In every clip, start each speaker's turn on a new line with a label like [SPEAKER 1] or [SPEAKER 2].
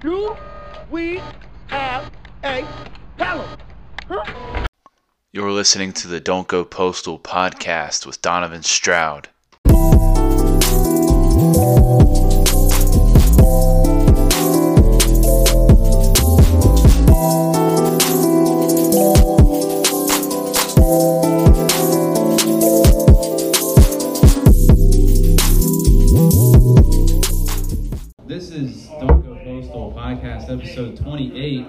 [SPEAKER 1] Do we have a problem? Huh?
[SPEAKER 2] You're listening to the Don't Go Postal podcast with Donovan Stroud.
[SPEAKER 3] This is Don't Go Postal podcast episode 28,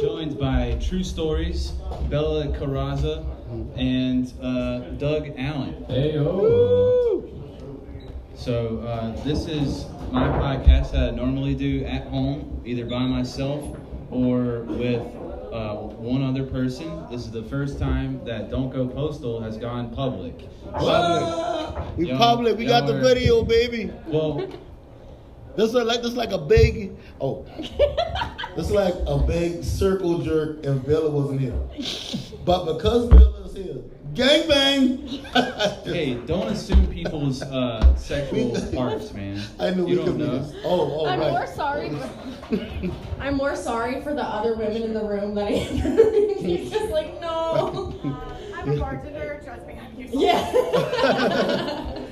[SPEAKER 3] joined by True Stories, Bella Carraza, and uh, Doug Allen.
[SPEAKER 4] Hey yo.
[SPEAKER 3] So uh, this is my podcast that I normally do at home, either by myself or with uh, one other person. This is the first time that Don't Go Postal has gone public.
[SPEAKER 5] We
[SPEAKER 3] Y'all-
[SPEAKER 5] public. We got
[SPEAKER 3] y'all
[SPEAKER 5] the
[SPEAKER 3] are-
[SPEAKER 5] video, baby.
[SPEAKER 3] Well,
[SPEAKER 5] This is like this is like a big oh. this is like a big circle jerk if Bella wasn't here. But because Bella's here, gangbang.
[SPEAKER 3] hey, don't assume people's uh, sexual parts, man.
[SPEAKER 5] I knew
[SPEAKER 3] you
[SPEAKER 5] we
[SPEAKER 3] don't
[SPEAKER 5] could
[SPEAKER 3] know.
[SPEAKER 5] be. Oh, oh,
[SPEAKER 6] I'm
[SPEAKER 5] right.
[SPEAKER 6] more sorry. I'm more sorry for the other women in the room than I am for me. He's just like, no.
[SPEAKER 7] I'm a bartender. Trust me, I'm used to
[SPEAKER 6] Yeah.
[SPEAKER 7] it.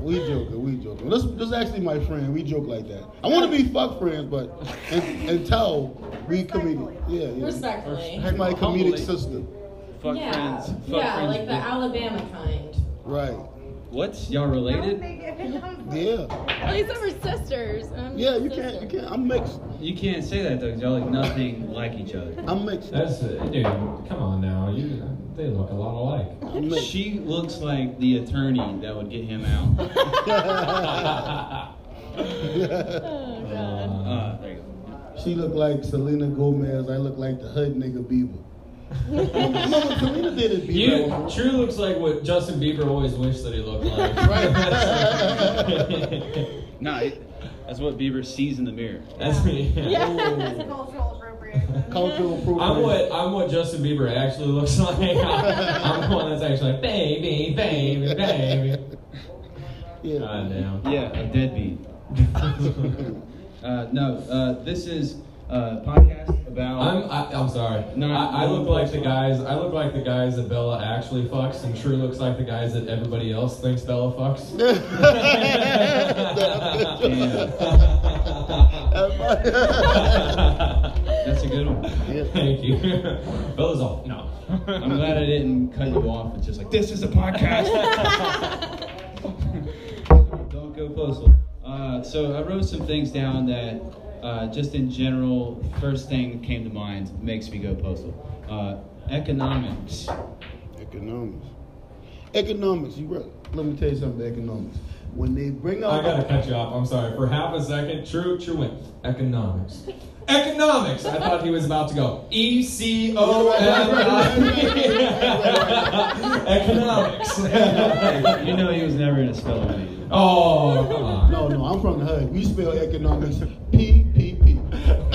[SPEAKER 5] We joking. We joking. This this is actually my friend. We joke like that. I want to be fuck friends, but and, until we comedic. Yeah, yeah.
[SPEAKER 6] Respectfully.
[SPEAKER 5] Like my
[SPEAKER 3] Humbly.
[SPEAKER 5] comedic sister.
[SPEAKER 3] Fuck
[SPEAKER 6] yeah.
[SPEAKER 3] friends. Fuck
[SPEAKER 6] yeah,
[SPEAKER 3] friends.
[SPEAKER 6] like the Alabama kind.
[SPEAKER 5] Right.
[SPEAKER 3] what? Y'all
[SPEAKER 7] Don't
[SPEAKER 3] related?
[SPEAKER 7] make it- I'm like,
[SPEAKER 5] Yeah.
[SPEAKER 6] At least they were sisters. I'm
[SPEAKER 5] Yeah. You can't. You can't. I'm mixed.
[SPEAKER 3] You can't say that though. 'cause Y'all like nothing like each other.
[SPEAKER 5] I'm mixed.
[SPEAKER 4] That's it, dude. Come on now. You they look a lot alike.
[SPEAKER 5] I'm mixed.
[SPEAKER 3] She looks like the attorney that would get him out.
[SPEAKER 6] Oh, God.
[SPEAKER 4] Uh,
[SPEAKER 3] Uh, there you go.
[SPEAKER 5] She looked like Selena Gomez. I look like the hood nigga Bieber. Remember when Selena did it,
[SPEAKER 4] you
[SPEAKER 5] Bieber.
[SPEAKER 4] True looks like what Justin Bieber always wished that he looked like.
[SPEAKER 5] Right.
[SPEAKER 3] Nah, it, that's what Bieber sees in the mirror.
[SPEAKER 4] That's me.
[SPEAKER 7] That's cultural appropriation.
[SPEAKER 5] Cultural appropriation.
[SPEAKER 4] I'm what I'm what Justin Bieber actually looks like. I'm the one that's actually like baby, baby, baby.
[SPEAKER 5] Yeah.
[SPEAKER 4] God damn.
[SPEAKER 3] Yeah, a deadbeat. Uh, no, uh, this is a podcast about.
[SPEAKER 4] I'm I, I'm sorry.
[SPEAKER 3] No,
[SPEAKER 4] I, I
[SPEAKER 3] no,
[SPEAKER 4] look like the guys. I look like the guys that Bella actually fucks, and True looks like the guys that everybody else thinks Bella fucks.
[SPEAKER 3] that's a good one.
[SPEAKER 4] Thank you. Bella's all no.
[SPEAKER 3] I'm glad I didn't cut you off. It's just like this is a podcast. Don't go postal. Uh, so I wrote some things down that, uh, just in general, first thing that came to mind makes me go postal. Uh, economics.
[SPEAKER 5] Economics. Economics. You right. Let me tell you something. about Economics. When they bring
[SPEAKER 4] I
[SPEAKER 5] out
[SPEAKER 4] gotta cut you off. I'm sorry. For half a second, True, True went economics. Economics. I thought he was about to go E C O M I. Economics.
[SPEAKER 3] you know he was never gonna spell it. right.
[SPEAKER 4] Oh, come on.
[SPEAKER 5] no, no. I'm from the hood. We spell economics P P P.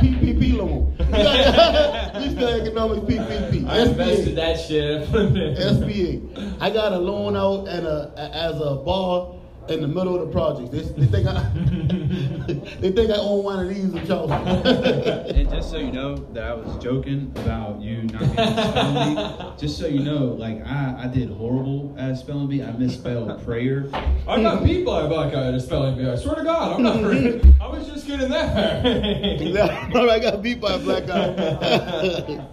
[SPEAKER 5] P P P loan. we spell economics P P P.
[SPEAKER 4] I invested that shit.
[SPEAKER 5] SBA. I got a loan out and a, a- as a bar in the middle of the project. They, they think I they think I own one of these in Charleston.
[SPEAKER 3] And just so you know that I was joking about you not getting the spelling bee. Just so you know, like I, I did horrible at spelling bee. I misspelled prayer.
[SPEAKER 4] I got beat by a black guy at a spelling bee. I swear to God, I'm not. I was just getting there.
[SPEAKER 5] I got beat by a black guy.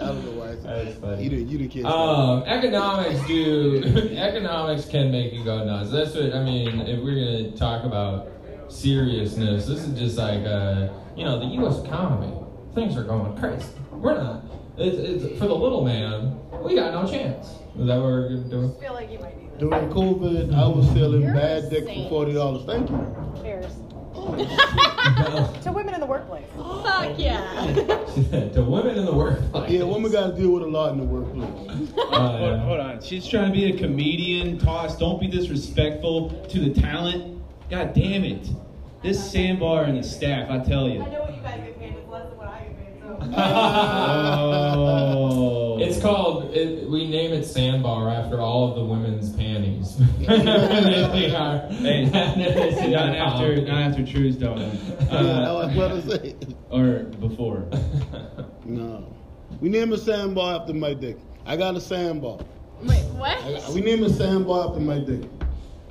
[SPEAKER 5] I don't know why. I said-
[SPEAKER 4] That's funny.
[SPEAKER 5] You the you the kid.
[SPEAKER 4] Um, economics do economics can make you go nuts. That's what I mean. If we're gonna talk about seriousness, this is just like uh, you know the U.S. economy. Things are going crazy. We're not. It's, it's for the little man. We got no chance. Is that what we're doing?
[SPEAKER 7] I feel like you might need this.
[SPEAKER 5] During COVID, I was selling
[SPEAKER 6] You're
[SPEAKER 5] bad
[SPEAKER 6] a
[SPEAKER 5] dick for
[SPEAKER 6] saint.
[SPEAKER 5] forty dollars. Thank you.
[SPEAKER 7] To women in the workplace.
[SPEAKER 6] Fuck yeah.
[SPEAKER 4] to women in the workplace.
[SPEAKER 5] Yeah, women got to deal with a lot in the workplace.
[SPEAKER 3] Hold,
[SPEAKER 4] Uh,
[SPEAKER 3] hold on. She's trying to be a comedian, Toss. Don't be disrespectful to the talent. God damn it. This sandbar and the staff, I tell you.
[SPEAKER 7] I know what you
[SPEAKER 4] Uh,
[SPEAKER 7] guys get paid is less than what I get paid. So.
[SPEAKER 3] Oh.
[SPEAKER 4] It's called it, we name it Sandbar after all of the women's panties. they are.
[SPEAKER 3] Hey, not after not after True's donut.
[SPEAKER 5] Yeah,
[SPEAKER 8] Uh-huh.
[SPEAKER 5] I was
[SPEAKER 3] Uh,
[SPEAKER 5] about to say.
[SPEAKER 3] or before.
[SPEAKER 5] No. We named a sandbar after my dick. I got a sandbar.
[SPEAKER 6] Wait,
[SPEAKER 5] I got-
[SPEAKER 6] what?
[SPEAKER 5] we named a sandbar after my dick.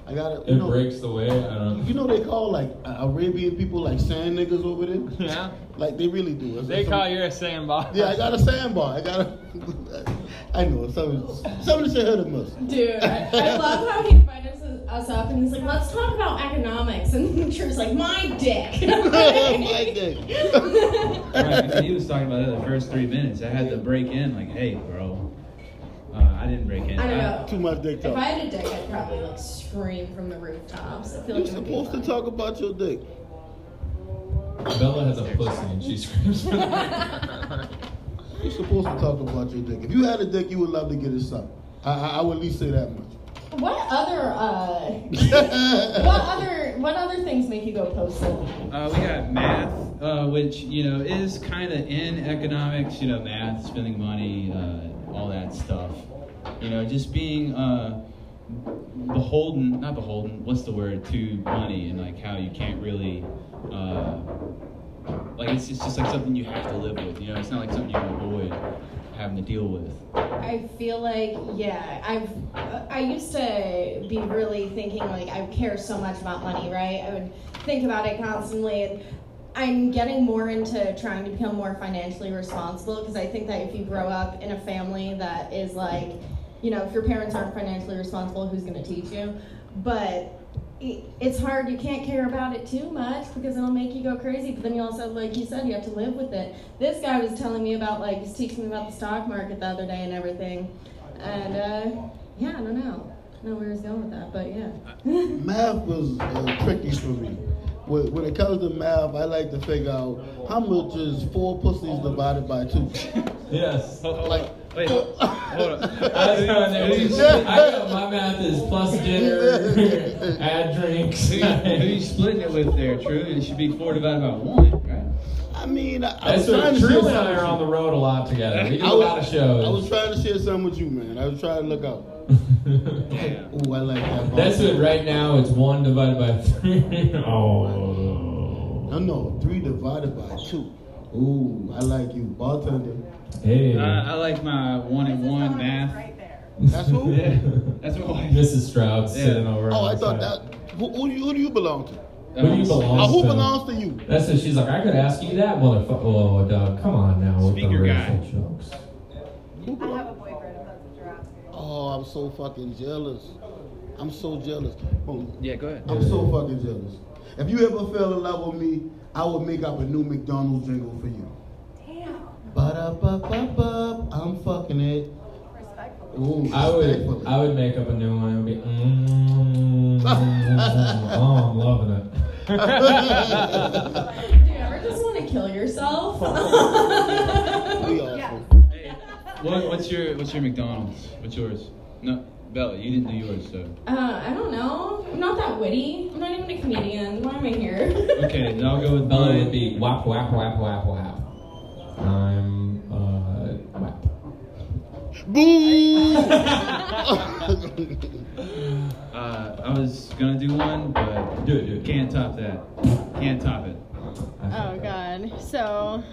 [SPEAKER 5] I got it. You,
[SPEAKER 4] It
[SPEAKER 5] know,
[SPEAKER 4] breaks the way. I don't.
[SPEAKER 5] you know they call like uh, Arabian people like sand niggas over there.
[SPEAKER 8] Yeah.
[SPEAKER 5] Like they really do. It's-
[SPEAKER 8] They
[SPEAKER 5] it's
[SPEAKER 8] call
[SPEAKER 5] some-
[SPEAKER 8] you a sandbar.
[SPEAKER 5] Yeah, I got a sandbar. I got a. I know somebody. Somebody should hit him us.
[SPEAKER 6] Dude, I, I love how he invited us, us up and he's like, let's talk about economics. And True's like, my dick.
[SPEAKER 5] Oh, my dick.
[SPEAKER 3] Right, and he was talking about it the first three minutes. I had to break in, like, hey, bro. Uh, I didn't break in.
[SPEAKER 6] I don't know.
[SPEAKER 5] Too much dick
[SPEAKER 6] If I
[SPEAKER 5] talk.
[SPEAKER 6] had a dick, I'd probably like scream from the rooftops. I feel
[SPEAKER 5] You're
[SPEAKER 6] like it would be
[SPEAKER 5] supposed to
[SPEAKER 6] fun.
[SPEAKER 5] talk about your dick.
[SPEAKER 4] Bella has a pussy and she screams.
[SPEAKER 5] You're supposed to talk about your dick. If you had a dick, you would love to get it sucked. I, I, I would at least say that much.
[SPEAKER 6] What other uh, what other what other things make you go postal?
[SPEAKER 3] Uh, we got math, uh, which you know is kind of in economics. You know, math, spending money, uh, all that stuff. You know, just being uh, beholden, not beholden. What's the word to money and like how you can't really. Uh, like it's, it's just like something you have to live with, you know. It's not like something you can avoid having to deal with.
[SPEAKER 6] I feel like yeah, I've I used to be really thinking like I care so much about money, right? I would think about it constantly. And I'm getting more into trying to become more financially responsible because I think that if you grow up in a family that is like, you know, if your parents aren't financially responsible, who's going to teach you? But it- it's hard. You can't care about it too much because it'll make you go crazy. But then you also, like you said, you have to live with it. This guy was telling me about, like, he's teaching me about the stock market the other day and everything. And uh, yeah, I don't know. I don't know where he's going with that, but yeah.
[SPEAKER 5] math was uh, tricky for me. When, when it comes to math, I like to figure out how much is four pussies divided by two.
[SPEAKER 4] yes.
[SPEAKER 5] Like,
[SPEAKER 3] Wait,
[SPEAKER 5] four-
[SPEAKER 3] hold on.
[SPEAKER 4] I was going there. I know my math is plus dinner, add drinks.
[SPEAKER 3] Who you, who you splitting it with there, True? It should be four divided by one, right?
[SPEAKER 5] I mean, I, I was
[SPEAKER 4] That's
[SPEAKER 5] trying
[SPEAKER 4] what
[SPEAKER 5] to share
[SPEAKER 4] Drew and I
[SPEAKER 5] something.
[SPEAKER 4] are on the road a lot together. We do
[SPEAKER 5] I
[SPEAKER 4] a
[SPEAKER 5] was-
[SPEAKER 4] lot of
[SPEAKER 5] I was
[SPEAKER 4] shows.
[SPEAKER 5] trying to share something with you, man. I was trying to look out. Ooh, I like that.
[SPEAKER 4] That's
[SPEAKER 5] ball.
[SPEAKER 4] what right now it's one divided by three. Oh.
[SPEAKER 5] No, no, three divided by two. Ooh, I like you, bartender.
[SPEAKER 4] Hey.
[SPEAKER 3] I, I like my one and one math.
[SPEAKER 7] Right there.
[SPEAKER 5] That's who?
[SPEAKER 3] Yeah, that's what I
[SPEAKER 4] Mrs. Stroud's
[SPEAKER 3] Yeah.
[SPEAKER 4] sitting over.
[SPEAKER 5] Oh,
[SPEAKER 4] on
[SPEAKER 5] I
[SPEAKER 4] the
[SPEAKER 5] thought
[SPEAKER 4] side.
[SPEAKER 5] that. Who, who, do you- who do you belong to?
[SPEAKER 4] Who do you belong
[SPEAKER 5] Uh, who
[SPEAKER 4] to?
[SPEAKER 5] belongs to you?
[SPEAKER 4] That's what she's like. I could ask you that, motherfucker. Oh, dog, come on now with
[SPEAKER 3] Speaker
[SPEAKER 4] the
[SPEAKER 3] guy.
[SPEAKER 4] racial jokes.
[SPEAKER 7] I have a boyfriend if that's what you're asking.
[SPEAKER 5] Oh, I'm so fucking jealous. I'm so jealous. Oh,
[SPEAKER 3] Yeah, go ahead.
[SPEAKER 5] I'm so fucking jealous. If you ever fell in love with me, I would make up a new McDonald's jingle for you.
[SPEAKER 7] Damn.
[SPEAKER 5] Ba-da-ba-ba-ba, I'm fucking it.
[SPEAKER 7] Respectful.
[SPEAKER 5] Ooh,
[SPEAKER 4] I would,
[SPEAKER 5] respectfully.
[SPEAKER 4] I would make up a new one. It would be. Mm, oh, I'm loving it.
[SPEAKER 6] Do you ever just want to kill yourself? Uh,
[SPEAKER 5] We awful.
[SPEAKER 7] Yeah.
[SPEAKER 3] Hey, what, what's your what's your McDonald's? What's yours? No, Bella, you didn't do yours, so
[SPEAKER 6] Uh, I don't know. I'm not that witty. I'm not even a comedian. Why am I here?
[SPEAKER 3] okay. Then I'll go with
[SPEAKER 4] Bella would
[SPEAKER 3] mine.
[SPEAKER 4] be whap whap whap whap whap. I'm uh whap.
[SPEAKER 5] Boo!
[SPEAKER 3] Uh, I was gonna do one, but
[SPEAKER 4] Do it, do it.
[SPEAKER 3] can't top that. Can't top it.
[SPEAKER 6] oh God. So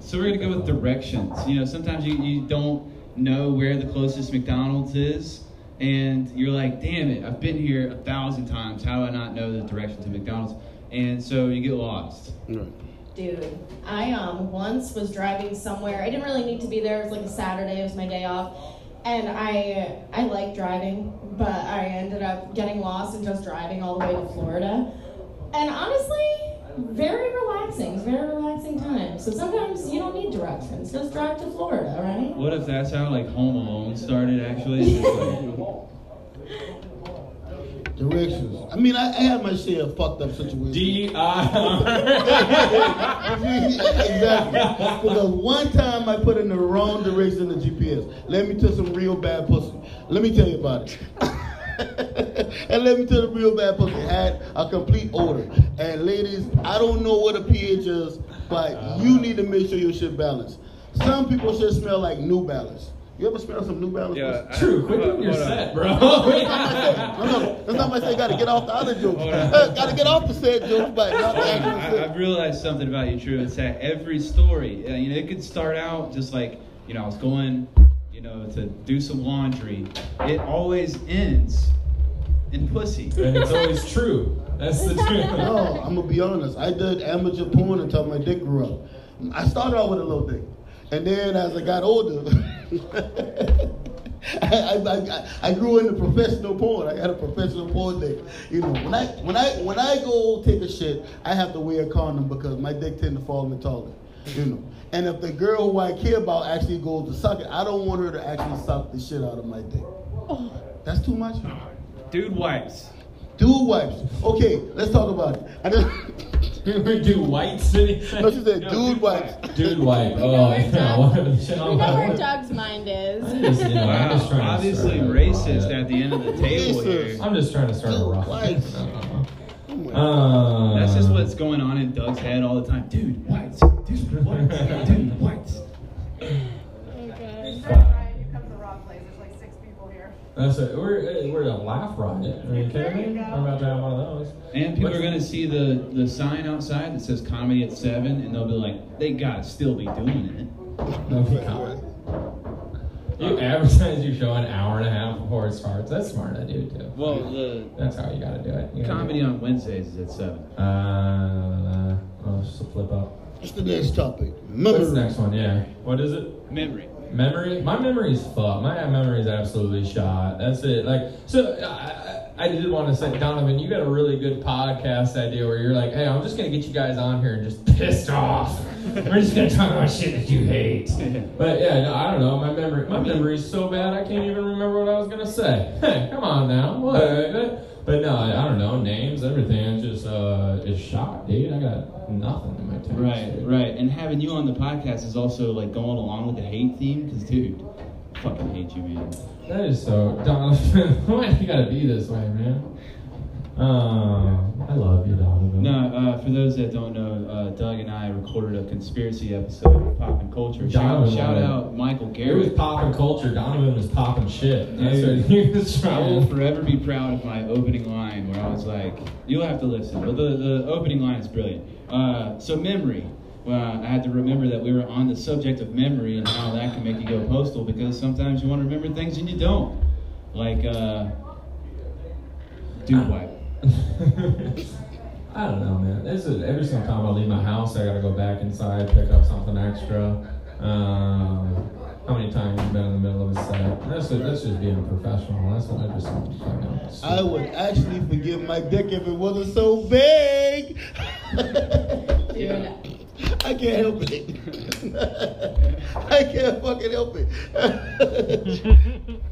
[SPEAKER 3] So we're gonna go with directions. You know, sometimes you, you don't know where the closest McDonald's is, and you're like, damn it, I've been here a thousand times. How do I not know the direction to McDonald's? And so you get lost.
[SPEAKER 6] Dude, I um once was driving somewhere. I didn't really need to be there. It was like a Saturday. It was my day off, and I I like driving, but I ended up getting lost and just driving all the way to Florida. And honestly, very relaxing. It's a very relaxing time. So sometimes you don't need directions. Just drive to Florida, right?
[SPEAKER 3] What if that's how like Home Alone started? Actually, It's just like-
[SPEAKER 5] Directions. I mean, I, I had my share of fucked up situations.
[SPEAKER 4] D I
[SPEAKER 5] exactly. Because one time I put in the wrong direction in the GPS. Let me to some real bad pussy. Let me tell you about it. and let me tell the real bad pussy had a complete order. And ladies, I don't know what a pH is, but you need to make sure your shit balanced. Some people should smell like New Balance. You ever smell some New Balance?
[SPEAKER 8] Yeah, I-
[SPEAKER 4] True. Quit
[SPEAKER 8] hold
[SPEAKER 4] doing your
[SPEAKER 8] on, hold on.
[SPEAKER 4] set, bro.
[SPEAKER 5] No, no, that's not my saying. Got to get off the other jokes. Got to get off the sad jokes, but not the
[SPEAKER 3] Hey,
[SPEAKER 5] actual
[SPEAKER 3] I,
[SPEAKER 5] set.
[SPEAKER 3] I've realized something about you, True. It's that every story, uh, you know, it could start out just like, you know, I was going, you know, to do some laundry. It always ends in pussy.
[SPEAKER 4] and it's always true. That's the truth.
[SPEAKER 5] No, I'm gonna be honest. I did amateur porn until my dick grew up. I started out with a little dick, and then as I got older, I, I, I, I grew into professional porn. I got a professional porn dick. You know, when I when I when I go take a shit, I have to wear a condom because my dick tend to fall in the toilet. You know, and if the girl who I care about actually goes to suck it, I don't want her to actually suck the shit out of my dick. That's too much.
[SPEAKER 3] Dude wipes.
[SPEAKER 5] Dude wipes. Okay, let's talk about it. I just,
[SPEAKER 4] Do white city?
[SPEAKER 5] No, she said
[SPEAKER 3] No,
[SPEAKER 5] dude
[SPEAKER 3] dude
[SPEAKER 5] wipes.
[SPEAKER 4] Dude wipe.
[SPEAKER 6] We know
[SPEAKER 4] Oh,
[SPEAKER 6] where
[SPEAKER 4] yeah.
[SPEAKER 6] Doug-
[SPEAKER 4] Shit,
[SPEAKER 6] We know
[SPEAKER 4] I'm-
[SPEAKER 6] where Doug's mind
[SPEAKER 4] I'm
[SPEAKER 6] is.
[SPEAKER 4] just, you know, I'm
[SPEAKER 3] Wow.
[SPEAKER 4] just trying to
[SPEAKER 3] Obviously
[SPEAKER 4] start a-
[SPEAKER 3] racist at the end of the table
[SPEAKER 5] Racist.
[SPEAKER 3] here.
[SPEAKER 4] I'm just trying to start a
[SPEAKER 5] White.
[SPEAKER 4] rocket.
[SPEAKER 5] Oh
[SPEAKER 4] Uh,
[SPEAKER 3] That's just what's going on in Doug's head all the time. Dude whites. Dude whites. Dude whites.
[SPEAKER 7] You start crying, you come to the wrong place. There's like six people here.
[SPEAKER 4] That's it. We're eh, we're a laugh rocket. Are you
[SPEAKER 7] There you
[SPEAKER 4] kidding me?
[SPEAKER 7] go.
[SPEAKER 4] I'm about to have one of those.
[SPEAKER 3] And people are gonna see the, the sign outside that says comedy at seven, and they'll be like, they gotta still be doing
[SPEAKER 4] No, we can't. You advertise your show an hour and a half before it starts. That's smart. I do too.
[SPEAKER 3] it. Well, the
[SPEAKER 4] That's how you gotta do it. You gotta
[SPEAKER 3] comedy
[SPEAKER 4] do it.
[SPEAKER 3] on Wednesdays is at seven.
[SPEAKER 4] Uh, oh, just a flip up.
[SPEAKER 5] What's the next topic?
[SPEAKER 4] What's the
[SPEAKER 5] Memory.
[SPEAKER 4] next one? Yeah. What is it?
[SPEAKER 3] Memory.
[SPEAKER 4] Memory. My memory's fucked. My memory's absolutely shot. That's it. Like so. I, I I did want to say, Donovan, you got a really good podcast idea where you're like, hey, I'm just gonna get you guys on here and just pissed off. We're just gonna talk about shit that you hate. But yeah, no, I don't know. My memory, my memory's so bad I can't even remember what I was gonna say. Hey, come on now. What? But no, I, I don't know. Names, everything. It's just uh, it's shot, dude. I got nothing in my text.
[SPEAKER 3] Right,
[SPEAKER 4] dude.
[SPEAKER 3] right. And having you on the podcast is also like going along with the hate theme, because dude, I fucking hate you, man.
[SPEAKER 4] That is so Donovan. Why do you gotta be this way, man? Um, I love you, Donovan.
[SPEAKER 3] No, uh, for those that don't know, uh, Doug and I recorded a conspiracy episode of Pop and Culture. Shout,
[SPEAKER 4] Donovan.
[SPEAKER 3] shout out Michael
[SPEAKER 4] it was
[SPEAKER 3] Garrett.
[SPEAKER 4] popping culture. Donovan was popping shit. That's
[SPEAKER 3] Dude.
[SPEAKER 4] what he was
[SPEAKER 3] I will
[SPEAKER 4] trying.
[SPEAKER 3] forever be proud of my opening line where I was like, you'll have to listen, but the, the opening line is brilliant. Uh, so, memory. Well, I had to remember that we were on the subject of memory and how that can make you go postal because sometimes you want to remember things and you don't. Like, uh, dude, wipe.
[SPEAKER 4] I don't know, man. This is every single time I leave my house, I gotta go back inside, pick up something extra. Um, how many times you been in the middle of a set? That's that's just being professional. That's what I just fucking.
[SPEAKER 5] I would actually forgive my dick if it wasn't so big.
[SPEAKER 6] Dude,
[SPEAKER 5] I can't help it. I can't fucking help it.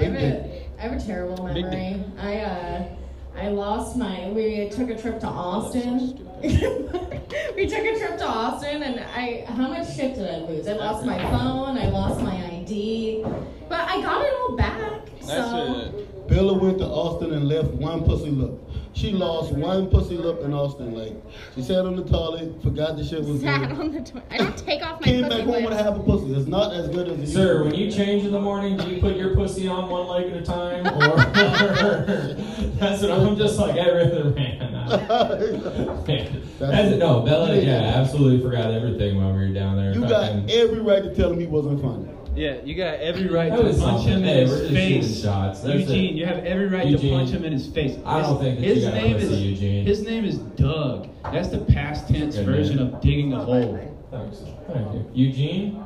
[SPEAKER 6] I have a, I have a terrible memory. I uh, I lost my. We took a trip to Austin. we took a trip to Austin, and I. How much shit did I lose? I lost my phone. I lost my ID. But I got it all back. So
[SPEAKER 5] Bella went to Austin and left one pussy lip. She lost one pussy lip in Austin. Like she sat on the toilet, forgot the shit was
[SPEAKER 9] Sat
[SPEAKER 5] good.
[SPEAKER 9] on the toilet. I don't take off my
[SPEAKER 5] Came
[SPEAKER 9] pussy
[SPEAKER 5] back home with a
[SPEAKER 9] lips.
[SPEAKER 5] half a pussy. It's not as good as it
[SPEAKER 4] Sir,
[SPEAKER 5] used
[SPEAKER 4] when
[SPEAKER 5] to
[SPEAKER 4] you change in the morning, do you put your pussy on one leg at a time, or that's what I'm just like I rather man.
[SPEAKER 5] be.
[SPEAKER 4] Man, That's it. No, Bella. Yeah, absolutely forgot everything when we were down there.
[SPEAKER 5] You got
[SPEAKER 4] Fucking-
[SPEAKER 5] every right to tell him he wasn't funny.
[SPEAKER 3] Yeah, you got every right
[SPEAKER 4] That
[SPEAKER 3] to
[SPEAKER 4] was
[SPEAKER 3] punch him
[SPEAKER 4] something. Hey,
[SPEAKER 3] in
[SPEAKER 4] we're
[SPEAKER 3] his
[SPEAKER 4] just
[SPEAKER 3] face.
[SPEAKER 4] shooting shots. That's
[SPEAKER 3] Eugene,
[SPEAKER 4] it.
[SPEAKER 3] you have every right
[SPEAKER 4] Eugene.
[SPEAKER 3] to punch him in his face.
[SPEAKER 4] I don't think that you
[SPEAKER 3] his
[SPEAKER 4] got
[SPEAKER 3] name
[SPEAKER 4] pussy,
[SPEAKER 3] is
[SPEAKER 4] Eugene.
[SPEAKER 3] His name is Doug. That's the past tense
[SPEAKER 4] Good
[SPEAKER 3] version
[SPEAKER 4] name.
[SPEAKER 3] of digging a hole.
[SPEAKER 4] Thanks. Thank you, Eugene.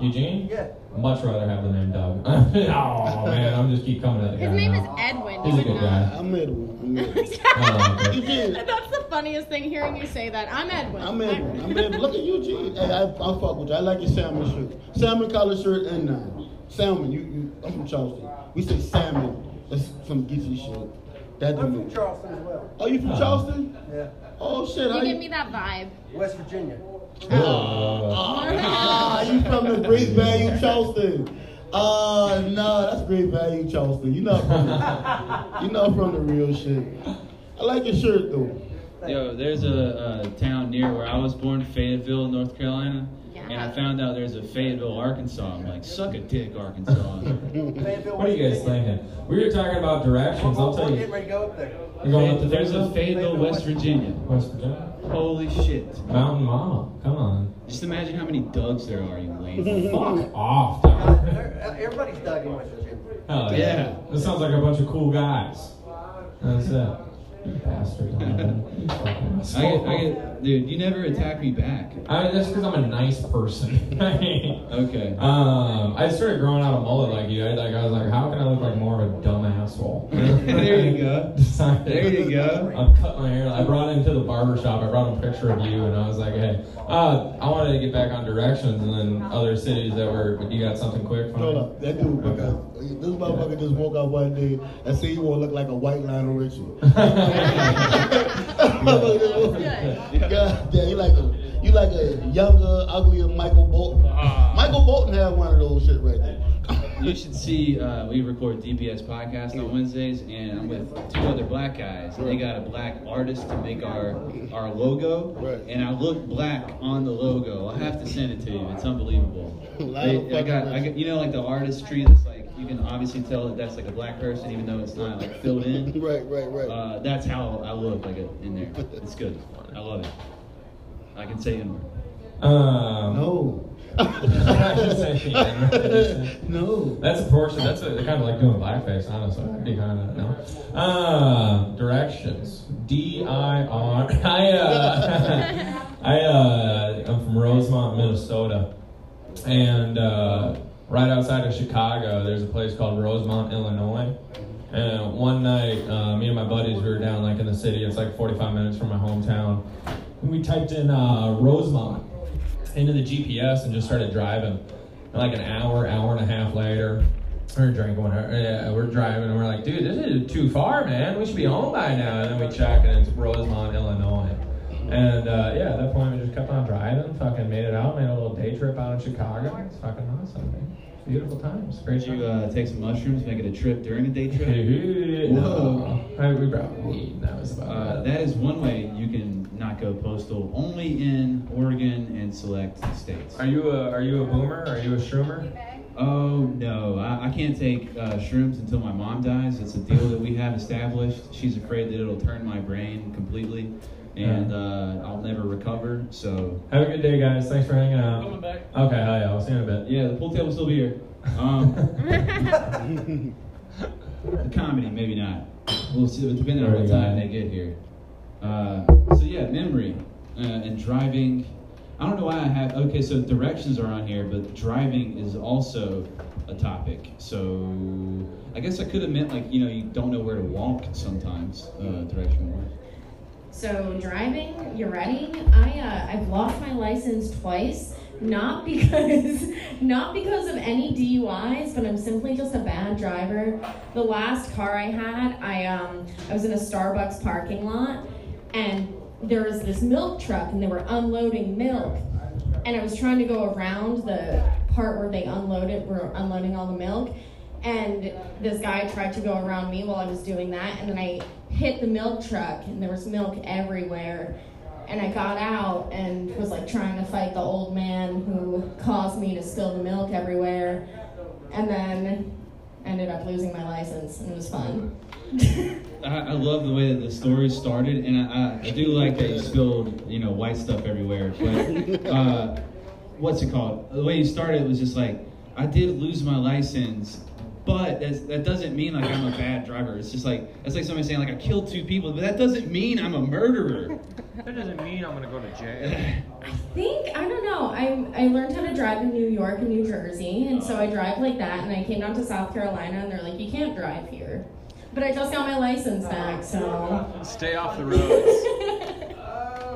[SPEAKER 4] Eugene.
[SPEAKER 8] Yeah.
[SPEAKER 4] Much rather have the name Doug. oh man, I'm just keep coming at the guy.
[SPEAKER 9] His name is
[SPEAKER 4] now.
[SPEAKER 9] Edwin.
[SPEAKER 4] He's a
[SPEAKER 9] you
[SPEAKER 4] good
[SPEAKER 9] would
[SPEAKER 4] guy.
[SPEAKER 5] I'm Edwin. I'm Edwin.
[SPEAKER 4] Oh, okay.
[SPEAKER 5] Eugene.
[SPEAKER 9] That's the funniest thing hearing you say that. I'm Edwin.
[SPEAKER 5] I'm Edwin. I'm Edwin. Look at you, G. Hey, I, I fuck with you. I like your salmon shirt. Salmon collar shirt and nine. Salmon. You, you. I'm from Charleston. We say salmon. That's some geeky shit. That
[SPEAKER 8] I'm
[SPEAKER 5] do
[SPEAKER 8] from
[SPEAKER 5] it.
[SPEAKER 8] Charleston as well.
[SPEAKER 5] Oh, you from
[SPEAKER 4] Oh.
[SPEAKER 5] Charleston?
[SPEAKER 8] Yeah.
[SPEAKER 5] Oh shit.
[SPEAKER 9] Uh-huh.
[SPEAKER 5] How
[SPEAKER 9] You give me
[SPEAKER 5] you?
[SPEAKER 9] that vibe.
[SPEAKER 8] West Virginia.
[SPEAKER 4] Uh,
[SPEAKER 5] Ah, you from the Great Value Charleston? Ah, uh, no, that's Great Value Charleston. You not from the, you not from the real shit. I like your shirt though.
[SPEAKER 3] Yo, there's a, uh town near where I was born, Fayetteville, North Carolina.
[SPEAKER 9] Yeah.
[SPEAKER 3] and I found out there's a Fayetteville, Arkansas. I'm like, suck a dick, Arkansas.
[SPEAKER 4] What are you guys thinking? We were talking about directions. I'll tell
[SPEAKER 1] We're getting
[SPEAKER 4] you.
[SPEAKER 1] ready to go up there.
[SPEAKER 4] We're going up to
[SPEAKER 3] there's a
[SPEAKER 4] Fayetteville,
[SPEAKER 3] Fayetteville, West Virginia.
[SPEAKER 4] West Virginia.
[SPEAKER 3] Holy shit!
[SPEAKER 4] Mountain Mom. Come on.
[SPEAKER 3] Just imagine how many Dougs there are, you lame.
[SPEAKER 4] Fuck off, dog.
[SPEAKER 1] Uh, Everybody's dug in West Virginia.
[SPEAKER 4] Hell
[SPEAKER 3] Yeah.
[SPEAKER 4] yeah. This sounds like a bunch of cool guys. That's it. You bastard. Donovan. You fucking
[SPEAKER 3] I get,
[SPEAKER 4] asshole.
[SPEAKER 3] I get, dude, you never attack me back.
[SPEAKER 4] I mean, that's because I'm a nice person.
[SPEAKER 3] Okay.
[SPEAKER 4] um, I started growing out a mullet like you. I, like, I was like, how can I look like more of a dumb asshole?
[SPEAKER 3] There you go. There you go.
[SPEAKER 4] I cut my hair. I brought him to the barber shop. I brought him a picture of you, and I was like, hey, uh, I wanted to get back on directions and then other cities that were. You got something quick for me?
[SPEAKER 5] No, no, that dude, because this motherfucker just woke out one day and said he won't look like a white Lionel Richie. God damn, you like a you like a younger, uglier Michael Bolton. Michael Bolton had one of those shit right there.
[SPEAKER 3] You should see. Uh, we record DBS podcast on Wednesdays, and I'm with two other black guys. And they got a black artist to make our our logo,
[SPEAKER 5] Right.
[SPEAKER 3] and I look black on the logo. I'll have to send it to you. It's unbelievable.
[SPEAKER 5] Lot of
[SPEAKER 3] They- I got, I got, you know, like the artistry. That's like you can obviously tell that that's like a black person, even though it's not like filled in.
[SPEAKER 5] right, right, right.
[SPEAKER 3] Uh, that's how I look like it in there. It's good. I love it. I can say N word.
[SPEAKER 4] Um,
[SPEAKER 5] no. no.
[SPEAKER 4] That's a portion. That's a, kind of like doing blackface, honestly. That'd be kind of no. Uh, directions. D I R. I uh, I uh, I'm from Rosemont, Minnesota, and uh, right outside of Chicago, there's a place called Rosemont, Illinois. And one night, uh, me and my buddies we were down like in the city. It's like 45 minutes from my hometown. And we typed in uh, Rosemont into the GPS and just started driving. And like an hour, hour and a half later, we're drinking, whatever. Yeah, we're driving, and we're like, dude, this is too far, man. We should be home by now. And then we check, and it's Rosemont, Illinois. And uh, yeah, at that point, we just kept on driving, fucking made it out, made a little day trip out in Chicago. It's fucking awesome, man. Beautiful times. Great
[SPEAKER 3] Did you
[SPEAKER 4] time.
[SPEAKER 3] uh, take some mushrooms, make it a trip during a day trip?
[SPEAKER 4] Whoa. I, we brought weed, and that was about
[SPEAKER 3] Uh,
[SPEAKER 4] it.
[SPEAKER 3] that is one way you can not go postal, only in Oregon and select states.
[SPEAKER 4] Are you a are you a boomer? Are you a shroomer?
[SPEAKER 3] Oh no, I, I can't take uh, shrooms until my mom dies. It's a deal that we have established. She's afraid that it'll turn my brain completely, and
[SPEAKER 4] Uh-huh.
[SPEAKER 3] uh, I'll never recover. So
[SPEAKER 4] Have a good day, guys. Thanks for hanging out. Okay, hell yeah. I'll see you in a bit.
[SPEAKER 3] yeah, the pool table's still be here. Um, the comedy, maybe not. We'll see, depending on
[SPEAKER 4] There
[SPEAKER 3] what
[SPEAKER 4] you
[SPEAKER 3] time
[SPEAKER 4] go.
[SPEAKER 3] they get here. Uh, so yeah, memory uh, and driving. I don't know why I have. Okay, so directions are on here, but driving is also a topic. So I guess I could have meant like you know you don't know where to walk sometimes uh, direction wise.
[SPEAKER 6] So driving, you're ready. I uh, I've lost my license twice, not because not because of any DUIs, but I'm simply just a bad driver. The last car I had, I um I was in a Starbucks parking lot, and there was this milk truck, and they were unloading milk, and I was trying to go around the part where they unloaded were unloading all the milk. And this guy tried to go around me while I was doing that, and then I hit the milk truck, and there was milk everywhere. And I got out and was like trying to fight the old man who caused me to spill the milk everywhere, and then ended up losing my license, and it was fun.
[SPEAKER 3] I, I love the way that the story started, and I, I, I do like that you spilled, you know, white stuff everywhere. But uh, what's it called? The way you started was just like, I did lose my license, but that's, that doesn't mean like I'm a bad driver. It's just like that's like somebody saying like I killed two people, but that doesn't mean I'm a murderer.
[SPEAKER 8] That doesn't mean I'm gonna go to jail.
[SPEAKER 6] I think I don't know. I I learned how to drive in New York and New Jersey, and so I drive like that. And I came down to South Carolina, and they're like, you can't drive here. But I just got my license back, so.
[SPEAKER 8] Stay off the roads.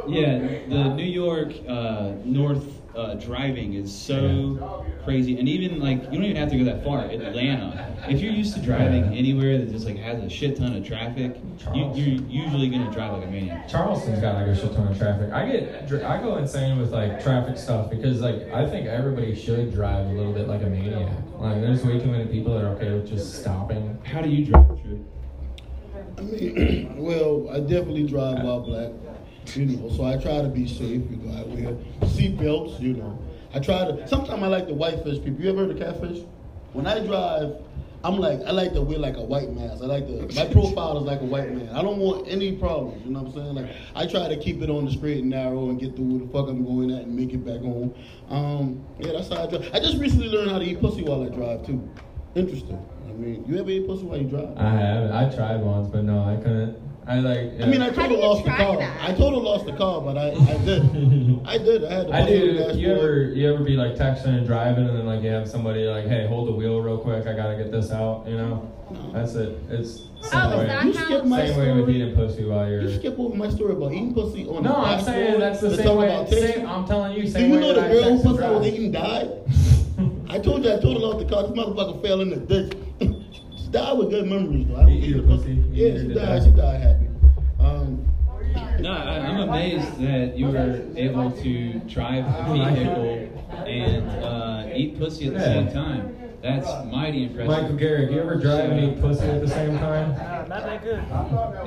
[SPEAKER 3] Yeah, the New York uh, North uh, driving is so crazy, and even like you don't even have to go that far. Atlanta, if you're used to driving anywhere that just like has a shit ton of traffic, you, you're usually gonna drive like a maniac.
[SPEAKER 4] Charleston's got like a shit ton of traffic. I get, dr- I go insane with like traffic stuff because like I think everybody should drive a little bit like a maniac. Like there's way too many people that are okay with just stopping.
[SPEAKER 3] How do you drive, Drew?
[SPEAKER 5] I mean, well, I definitely drive while black, you know, so I try to be safe, you know, I wear seatbelts, you know. I try to. Sometimes I like the whitefish people. You ever heard of catfish? When I drive, I'm like, I like to wear like a white mask. I like to. My profile is like a white man. I don't want any problems. You know what I'm saying? Like, I try to keep it on the straight and narrow and get through where the fuck I'm going at and make it back home. Um, yeah, that's how I drive. I just recently learned how to eat pussy while I drive too. Interesting. I mean, you ever eat pussy while you drive?
[SPEAKER 4] I have. I tried once, but no, I couldn't. I like.
[SPEAKER 5] I mean, I
[SPEAKER 9] How
[SPEAKER 5] total
[SPEAKER 9] do you
[SPEAKER 5] lost the
[SPEAKER 9] try
[SPEAKER 5] car.
[SPEAKER 9] that?
[SPEAKER 5] I total lost the car, but I, I did. I did. I had. the button
[SPEAKER 4] I
[SPEAKER 5] on the
[SPEAKER 4] do.
[SPEAKER 5] dashboard.
[SPEAKER 4] You ever you ever be like texting and driving, and then like you have somebody like, hey, hold the wheel real quick. I gotta get this out. You know, that's it. It's same
[SPEAKER 9] Oh,
[SPEAKER 4] way.
[SPEAKER 9] is that
[SPEAKER 5] You
[SPEAKER 9] how-
[SPEAKER 5] skip my
[SPEAKER 4] same way
[SPEAKER 5] story.
[SPEAKER 4] with eating pussy while you're.
[SPEAKER 5] You skip over my story about eating pussy on
[SPEAKER 4] No,
[SPEAKER 5] the
[SPEAKER 4] I'm
[SPEAKER 5] dashboard
[SPEAKER 4] saying that's the
[SPEAKER 5] to
[SPEAKER 4] same
[SPEAKER 5] talk
[SPEAKER 4] way.
[SPEAKER 5] about taste.
[SPEAKER 4] Same, I'm telling you,
[SPEAKER 5] Do
[SPEAKER 4] same
[SPEAKER 5] you
[SPEAKER 4] way.
[SPEAKER 5] know the
[SPEAKER 4] that I
[SPEAKER 5] girl who
[SPEAKER 4] text and
[SPEAKER 5] pussy was
[SPEAKER 4] drive.
[SPEAKER 5] eating died? I told you I total lost the car. This motherfucker fell in the ditch. she died with good memories though. I
[SPEAKER 4] You
[SPEAKER 5] don't
[SPEAKER 4] eat
[SPEAKER 5] eat
[SPEAKER 4] her
[SPEAKER 5] the pussy.
[SPEAKER 4] pussy? You
[SPEAKER 5] Yeah,
[SPEAKER 4] eat
[SPEAKER 5] she
[SPEAKER 4] her
[SPEAKER 5] died.
[SPEAKER 4] dick.
[SPEAKER 5] She died happy. Um,
[SPEAKER 3] No, I, I'm amazed that you were able to drive a vehicle and uh, eat pussy at the same time. That's mighty
[SPEAKER 4] Michael
[SPEAKER 3] impressive.
[SPEAKER 4] Garrick, you ever drive and eat pussy at the same time?
[SPEAKER 8] Nah, not that good.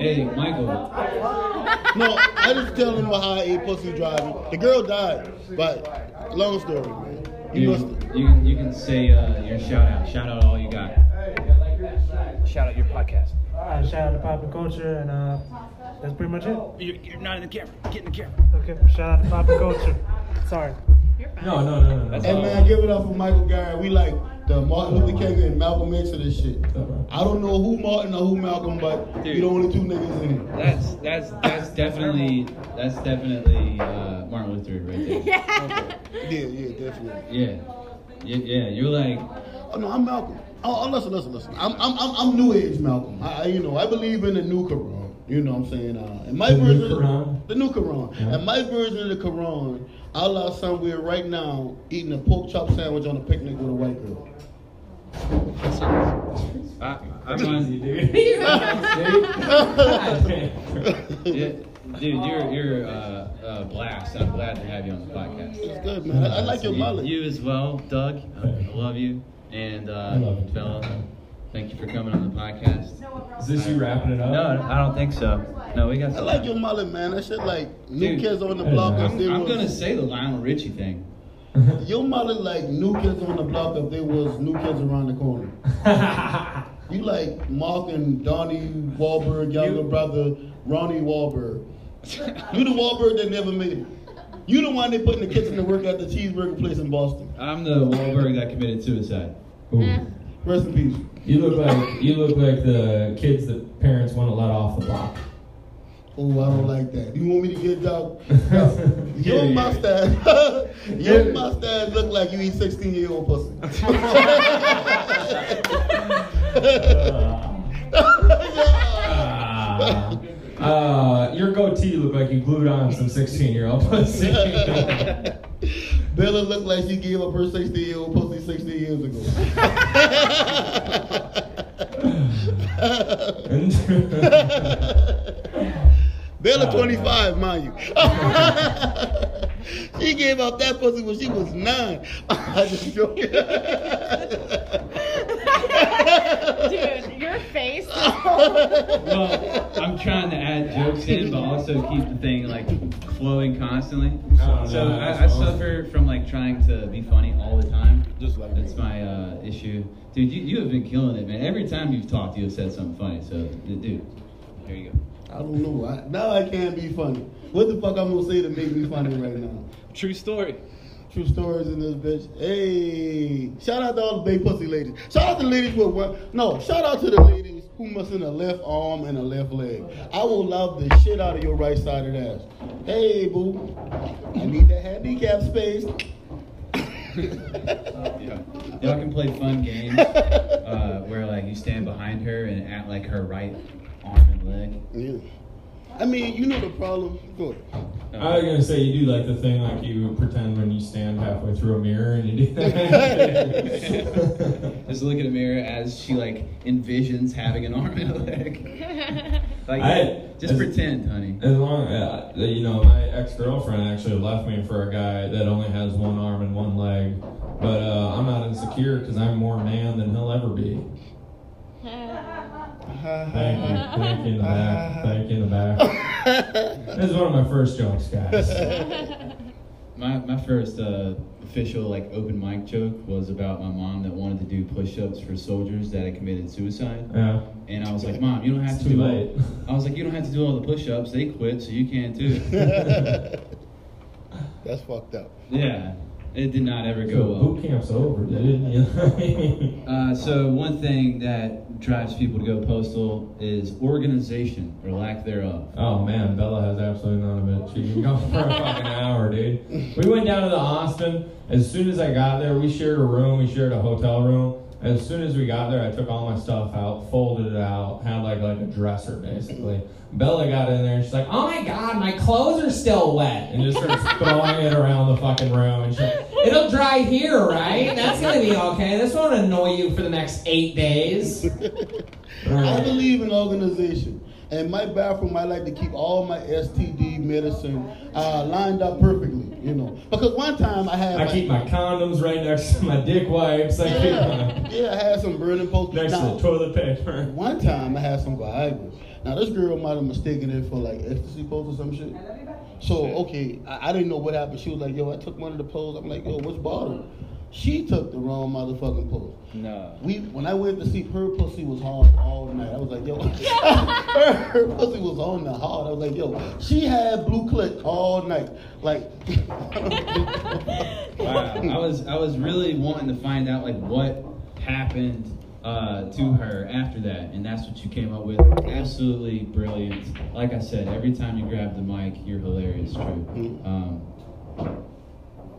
[SPEAKER 3] Hey, Michael,
[SPEAKER 5] no, I just tell him about how I ate pussy driving. The girl died, but long story, man. You
[SPEAKER 3] you,
[SPEAKER 5] must.
[SPEAKER 3] you, can- you can say uh, your shout out. Shout out all you got.
[SPEAKER 8] Shout out your podcast.
[SPEAKER 10] Uh, shout out to Pop and Culture, and uh, that's pretty much it.
[SPEAKER 8] You're, you're not in the camera. Get in the camera.
[SPEAKER 10] Okay, shout out to Pop and Culture. Sorry.
[SPEAKER 4] No, no, no, no, no.
[SPEAKER 5] Hey man, give it up for Michael Garrett. We like the Martin Luther King and Malcolm X of this shit. I don't know who Martin or who Malcolm, but
[SPEAKER 3] Dude.
[SPEAKER 5] we the only two niggas in here.
[SPEAKER 3] That's that's that's definitely that's definitely uh, Martin Luther right there.
[SPEAKER 5] Yeah, yeah, definitely.
[SPEAKER 3] Yeah, yeah, yeah. You're like
[SPEAKER 5] Oh no, I'm Malcolm. Oh, oh, listen, listen, listen. I'm, I'm, I'm, I'm new age Malcolm. I, I- you know, I believe in the new Quran. You know what I'm saying? Uh, and my
[SPEAKER 4] The new
[SPEAKER 5] version, of the-
[SPEAKER 4] Quran?
[SPEAKER 5] the new Quran.
[SPEAKER 4] Yeah.
[SPEAKER 5] And my version of the Quran, Allah somewhere right now eating a pork chop sandwich on a picnic with a white girl.
[SPEAKER 3] I, I'm on,
[SPEAKER 4] dude. God damn.
[SPEAKER 3] yeah, dude. You're you're uh, uh, blast. I'm glad to have you on the podcast.
[SPEAKER 5] It's good, man. I, I like your
[SPEAKER 3] You,
[SPEAKER 5] mullet.
[SPEAKER 3] you as well, Doug. I love you. And uh,
[SPEAKER 4] love you.
[SPEAKER 3] Bella, thank you for coming on the podcast. No,
[SPEAKER 4] Is this you wrapping it up?
[SPEAKER 3] I don't think so. No, we got.
[SPEAKER 5] I
[SPEAKER 3] some
[SPEAKER 5] like
[SPEAKER 3] time.
[SPEAKER 5] your mullet, man. That shit like new
[SPEAKER 3] Dude.
[SPEAKER 5] kids on the
[SPEAKER 4] Hey,
[SPEAKER 5] block.
[SPEAKER 4] man.
[SPEAKER 5] if they
[SPEAKER 3] I'm
[SPEAKER 5] was-
[SPEAKER 3] gonna say the Lionel Richie thing.
[SPEAKER 5] Your mother like new kids on the block if there was new kids around the corner. you like Mark and Donnie Wahlberg, younger brother, Ronnie Wahlberg. You the Wahlberg that never made it. You the one they put in the kitchen to work at the cheeseburger place in Boston.
[SPEAKER 3] I'm the Wahlberg that committed suicide.
[SPEAKER 4] Ooh.
[SPEAKER 5] Rest in peace.
[SPEAKER 4] You look like you look like the kids that parents want to let off the block.
[SPEAKER 5] Oh, I don't like that. You want me to get dog? Your
[SPEAKER 3] Yeah.
[SPEAKER 5] mustache, your
[SPEAKER 4] Yeah.
[SPEAKER 5] mustache look like you eat sixteen year old pussy.
[SPEAKER 4] Ah. Ah, your goatee looked like you glued on some 16 year old pussy.
[SPEAKER 5] Bella looked like she gave up her 60 year old pussy 60 years ago. Bella 25, mind you. she gave up that pussy when she was nine. I just joke.
[SPEAKER 9] Dude, your face.
[SPEAKER 3] Well, I'm trying to add jokes in, but also keep the thing like flowing constantly.
[SPEAKER 4] Oh,
[SPEAKER 3] Uh, so
[SPEAKER 4] no, that's
[SPEAKER 3] I, I
[SPEAKER 4] awesome.
[SPEAKER 3] suffer from like trying to be funny all the time.
[SPEAKER 5] Just like me.
[SPEAKER 3] that's my uh, issue, dude. You, you have been killing it, man. Every time you've talked, you have said something funny. So, d- dude, there you go.
[SPEAKER 5] I don't know. I, now I can't be funny. What the fuck I'm gonna say to make me funny right now?
[SPEAKER 8] True story.
[SPEAKER 5] True stories in this bitch. Hey, shout out to all the big pussy ladies. Shout out to the ladies with one. No, shout out to the ladies who missing a left arm and a left leg. I will love the shit out of your right sided ass. Hey, boo, I need that handicap space.
[SPEAKER 3] Yeah. Y'all can play fun games uh, where like you stand behind her and act like her right arm and leg.
[SPEAKER 5] Yeah. I mean, you know the problem. Go ahead.
[SPEAKER 4] I was gonna say you do like the thing like you pretend when you stand halfway through a mirror and you do that.
[SPEAKER 3] Just look at a mirror as she like envisions having an arm and a leg. Like,
[SPEAKER 4] I-
[SPEAKER 3] just pretend, honey.
[SPEAKER 4] As long uh, you know, my ex girlfriend actually left me for a guy that only has one arm and one leg. But uh, I'm not insecure because I'm more man than he'll ever be. Thank you, thank you in the back, thank you in the back. This is one of my first jokes, guys.
[SPEAKER 3] my, my first uh, official like open mic joke was about my mom that wanted to do push-ups for soldiers that had committed suicide.
[SPEAKER 4] Yeah.
[SPEAKER 3] And I was like, Mom, you don't have
[SPEAKER 4] It's
[SPEAKER 3] to
[SPEAKER 4] too
[SPEAKER 3] do
[SPEAKER 4] late."
[SPEAKER 3] all. I was like, you don't have to do all the push-ups. They quit, so you can't do it.
[SPEAKER 5] That's fucked up.
[SPEAKER 3] yeah, it did not ever go
[SPEAKER 4] So
[SPEAKER 3] well.
[SPEAKER 4] boot camp's over, dude. You know what I mean?
[SPEAKER 3] Uh, so one thing that drives people to go postal is organization or lack thereof.
[SPEAKER 4] Oh man, Bella has absolutely none of it. She can go for a fucking hour, dude. We went down to the Austin. As soon as I got there, we shared a room. We shared a hotel room. As soon as we got there, I took all my stuff out, folded it out, had like like a dresser basically. Bella got in there and she's like, "Oh my god, my clothes are still wet," and just starts throwing it around the fucking room. And she's like, "It'll dry here, right? That's gonna be okay. This won't annoy you for the next eight days."
[SPEAKER 5] I believe in organization. And my bathroom, I like to keep all my STD medicine uh, lined up perfectly, you know. Because one time I had
[SPEAKER 4] I
[SPEAKER 5] like-
[SPEAKER 4] keep my condoms right next to my dick wipes. I keep
[SPEAKER 5] yeah,
[SPEAKER 4] my,
[SPEAKER 5] yeah, I had some burning posters.
[SPEAKER 4] next to
[SPEAKER 5] Now,
[SPEAKER 4] the toilet paper.
[SPEAKER 5] One time I had some Viagra. Now this girl might have mistaken it for like ecstasy pills or some shit. So okay, I, I didn't know what happened. She was like, "Yo, I took one of the pills." I'm like, "Yo, which bottle?" She took the wrong motherfucking pill.
[SPEAKER 3] No.
[SPEAKER 5] We when I went to sleep, her pussy was hard all night. I was like, yo, her, her pussy was on the hard. I was like, yo, she had blue click all night. Like,
[SPEAKER 3] Wow. I was I was really wanting to find out like what happened uh, to her after that, and that's what you came up with. Absolutely brilliant. Like I said, every time you grab the mic, you're hilarious. True. Um,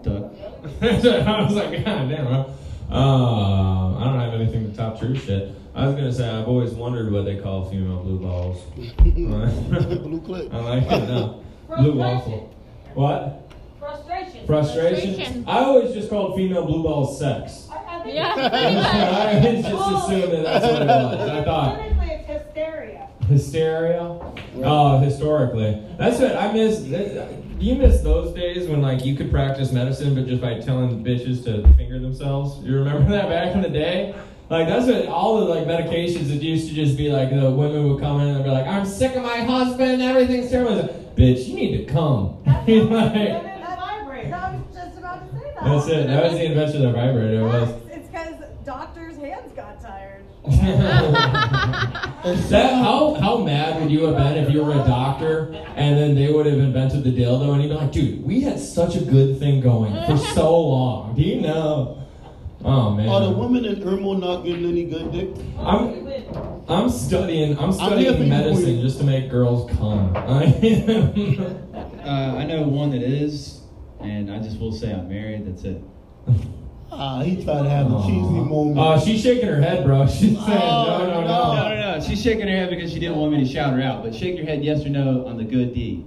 [SPEAKER 3] Doug.
[SPEAKER 4] I was like, God damn, huh? Uh, I don't have anything to top true shit. I was gonna say I've always wondered what they call female blue balls.
[SPEAKER 5] blue click.
[SPEAKER 4] I like it now. Blue waffle. What?
[SPEAKER 9] Frustration.
[SPEAKER 4] Frustration?
[SPEAKER 9] Frustration.
[SPEAKER 4] I always just called female blue balls sex.
[SPEAKER 9] Yeah.
[SPEAKER 4] I always just assumed that that's what it was. I thought.
[SPEAKER 7] Clinically, it's hysteria.
[SPEAKER 4] Hysteria. Oh, historically, that's what I miss. that- You miss those days when like you could practice medicine, but just by telling bitches to finger themselves. You remember that back in the day? Like that's what all the like medications that used to just be like the women would come in and they'd be like, "I'm sick of my husband. Everything's terrible." It's like, Bitch, you need to come.
[SPEAKER 7] That's
[SPEAKER 4] Like,
[SPEAKER 7] how women vibrate. I was just about to say that.
[SPEAKER 4] that's it. That was the invention of the vibrator.
[SPEAKER 7] Yes,
[SPEAKER 4] Was
[SPEAKER 7] It's because doctors' hands got tired.
[SPEAKER 4] That, how how mad would you have been if you were a doctor and then they would have invented the dildo and you'd be like, dude, we had such a good thing going for so long. Do you know? Oh man.
[SPEAKER 5] Are the women in Irmo not getting any good dick?
[SPEAKER 4] I'm I'm studying I'm
[SPEAKER 5] here for
[SPEAKER 4] studying
[SPEAKER 5] you,
[SPEAKER 4] medicine
[SPEAKER 5] queen.
[SPEAKER 4] just to make girls come. I-
[SPEAKER 3] Uh, I know one that is, and I just will say I'm married. That's it.
[SPEAKER 5] Ah, he tried to have a cheesy moment.
[SPEAKER 4] Oh, she's shaking her head, bro. She's saying, Oh, no, no,
[SPEAKER 5] no.
[SPEAKER 3] No, no, no. She's shaking her head because she didn't want me to shout her out. But shake your head yes or no on the good D.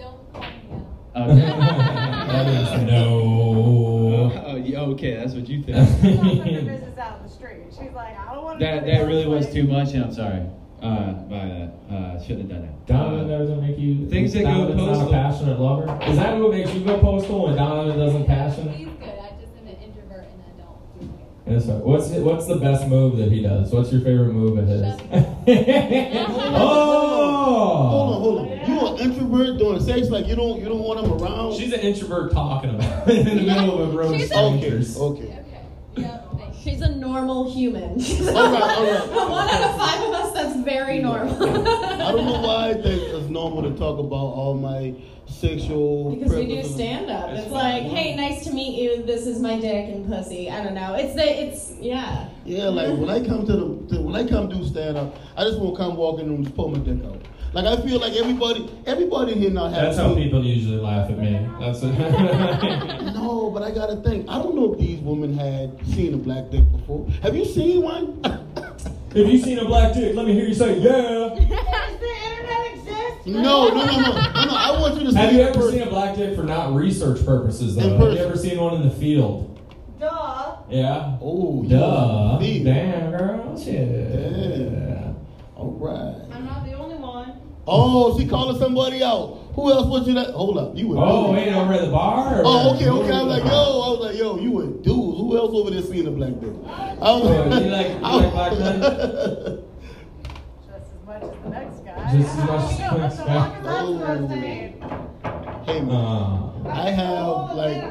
[SPEAKER 3] Okay.
[SPEAKER 4] that is no.
[SPEAKER 3] oh, yeah, okay, that's what you think.
[SPEAKER 7] She also took her business out in the street. She's like, I don't want to.
[SPEAKER 3] That that really was too much, and I'm sorry. Uh, by that, uh, shouldn't have done that.
[SPEAKER 4] Donovan doesn't make you
[SPEAKER 3] Things that go
[SPEAKER 4] Donovan's Not
[SPEAKER 3] postal.
[SPEAKER 4] a passionate lover. Is that what makes you go postal when Donovan doesn't passion? That's right. What's it, what's the best move that he does? What's your favorite move of his?
[SPEAKER 5] Hold on,
[SPEAKER 4] oh,
[SPEAKER 5] hold on. You an introvert doing sex like you don't you don't want him around?
[SPEAKER 4] she's an introvert talking about it in the middle of a room. of
[SPEAKER 9] She's a-
[SPEAKER 5] okay,
[SPEAKER 4] strangers.
[SPEAKER 5] okay.
[SPEAKER 6] She's a normal human.
[SPEAKER 5] All right, all right.
[SPEAKER 6] One out of five of us that's very normal.
[SPEAKER 5] I don't know why I think it's normal to talk about all my sexual.
[SPEAKER 6] Because we do
[SPEAKER 5] preferences.
[SPEAKER 6] stand up. It's
[SPEAKER 5] That's
[SPEAKER 6] like,
[SPEAKER 5] fine.
[SPEAKER 6] hey, nice to meet you. This is my dick and pussy. I don't know. It's the it's yeah.
[SPEAKER 5] Yeah, like when I come to the to, when I come do stand up, I just won't come walk in the room just pull my dick out. Like I feel like everybody everybody in here not have.
[SPEAKER 4] That's how
[SPEAKER 5] sex.
[SPEAKER 4] people usually laugh at me. That's it.
[SPEAKER 5] No, but I gotta think. I don't know if these women had seen a black dick before. Have you seen one?
[SPEAKER 4] if you seen a black chick, let me hear you say yeah.
[SPEAKER 7] Does the internet exist?
[SPEAKER 5] no, no, no, no, no, no. I want you to see.
[SPEAKER 4] Have you
[SPEAKER 5] it
[SPEAKER 4] ever
[SPEAKER 5] first.
[SPEAKER 4] seen a black chick for not research purposes
[SPEAKER 5] In
[SPEAKER 4] though? Have you
[SPEAKER 5] person.
[SPEAKER 4] ever seen one in the field?
[SPEAKER 7] Duh.
[SPEAKER 4] Yeah.
[SPEAKER 5] Oh,
[SPEAKER 4] Duh.
[SPEAKER 5] yeah.
[SPEAKER 4] Damn, girl. Shit.
[SPEAKER 5] Yeah. All right.
[SPEAKER 7] I'm not the only one.
[SPEAKER 5] Oh, she calling somebody out. Who else was you that? Hold up, you were.
[SPEAKER 4] Oh, wait, over at the bar? or- Oh.
[SPEAKER 5] Oh, okay, okay. I was like, yo, I was like, yo, you with dudes. Who else over there seeing a black dick? I was
[SPEAKER 4] Oh, you like- you like black
[SPEAKER 7] Just as much as the next guy.
[SPEAKER 4] Just as much as the
[SPEAKER 7] I don't know,
[SPEAKER 5] Oh.
[SPEAKER 7] that's the longest I've
[SPEAKER 4] next guy.
[SPEAKER 7] been on stage.
[SPEAKER 5] Hey, man.
[SPEAKER 4] Uh,
[SPEAKER 5] I have like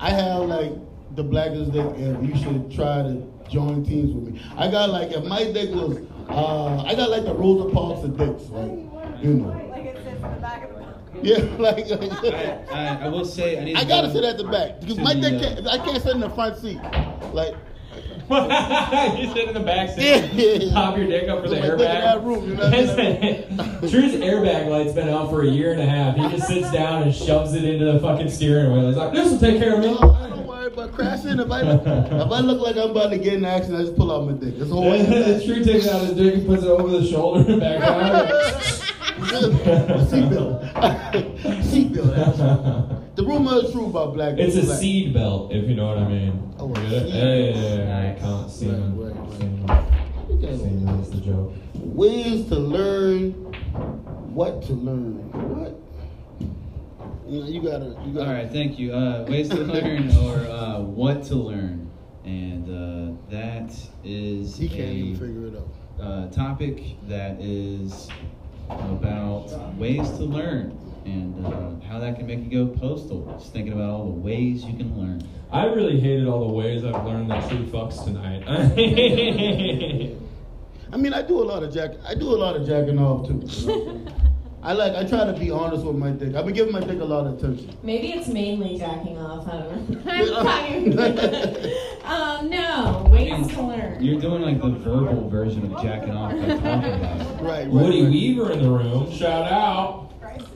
[SPEAKER 5] I have like the blackest dick, and you should try to join teams with me. I got like if my dick was, uh, I got like the Rosa Parks of dicks, like you know.
[SPEAKER 7] Like it sits in the back of the book.
[SPEAKER 5] Yeah, like,
[SPEAKER 3] I, Um, I, I will say I need. To
[SPEAKER 5] I gotta
[SPEAKER 3] go
[SPEAKER 5] sit at the back because
[SPEAKER 3] to
[SPEAKER 5] my
[SPEAKER 3] the,
[SPEAKER 5] dick
[SPEAKER 3] uh,
[SPEAKER 5] can't, I can't sit in the front seat, like.
[SPEAKER 4] you sit in the back seat,
[SPEAKER 5] Yeah, yeah, yeah.
[SPEAKER 4] pop your dick up for the
[SPEAKER 5] Look at that
[SPEAKER 4] airbag.
[SPEAKER 5] room, you know what I mean?
[SPEAKER 4] Drew's airbag light's been out for a year and a half. He just sits down and shoves it into the fucking steering wheel. He's like, "This will take care of me."
[SPEAKER 5] No, I don't worry about crashing. If I if I look like I'm about to get in an accident, I just pull out my dick. That's all. I
[SPEAKER 4] The
[SPEAKER 5] do.
[SPEAKER 4] Drew takes out his dick and puts it over the shoulder and back
[SPEAKER 5] Seatbelt. Seatbelt.
[SPEAKER 4] down.
[SPEAKER 5] The rumor is true about black.
[SPEAKER 4] It's a
[SPEAKER 5] black.
[SPEAKER 4] seed belt, if you know what I mean.
[SPEAKER 5] Oh, a
[SPEAKER 4] yeah,
[SPEAKER 5] seed
[SPEAKER 4] yeah, yeah,
[SPEAKER 5] belt.
[SPEAKER 4] yeah, yeah, I can't see
[SPEAKER 5] Right,
[SPEAKER 4] them.
[SPEAKER 5] right, right.
[SPEAKER 4] Semen, that's the joke.
[SPEAKER 5] Ways to learn what to learn. What? You know, you gotta. You
[SPEAKER 3] All
[SPEAKER 5] gotta.
[SPEAKER 3] right, thank you. Uh, ways to learn or uh, what to learn, and uh, that is
[SPEAKER 5] He can't
[SPEAKER 3] a
[SPEAKER 5] even figure it out.
[SPEAKER 3] uh, topic that is about ways to learn and uh, how that can make you go postal. Just thinking about all the ways you can learn.
[SPEAKER 4] I really hated all the ways I've learned that true fucks tonight.
[SPEAKER 5] I mean, I do a lot of jack. I do a lot of jacking off too. you know? I like. I try to be honest with my dick. I've been giving my dick a lot of attention.
[SPEAKER 6] Maybe it's mainly jacking off. I don't know. I'm tired. um, no, ways to learn.
[SPEAKER 3] You're doing like the verbal version of jacking off by talking about it.
[SPEAKER 5] Right. right
[SPEAKER 4] Woody
[SPEAKER 5] right.
[SPEAKER 4] Weaver in the room, shout out.
[SPEAKER 7] Christ.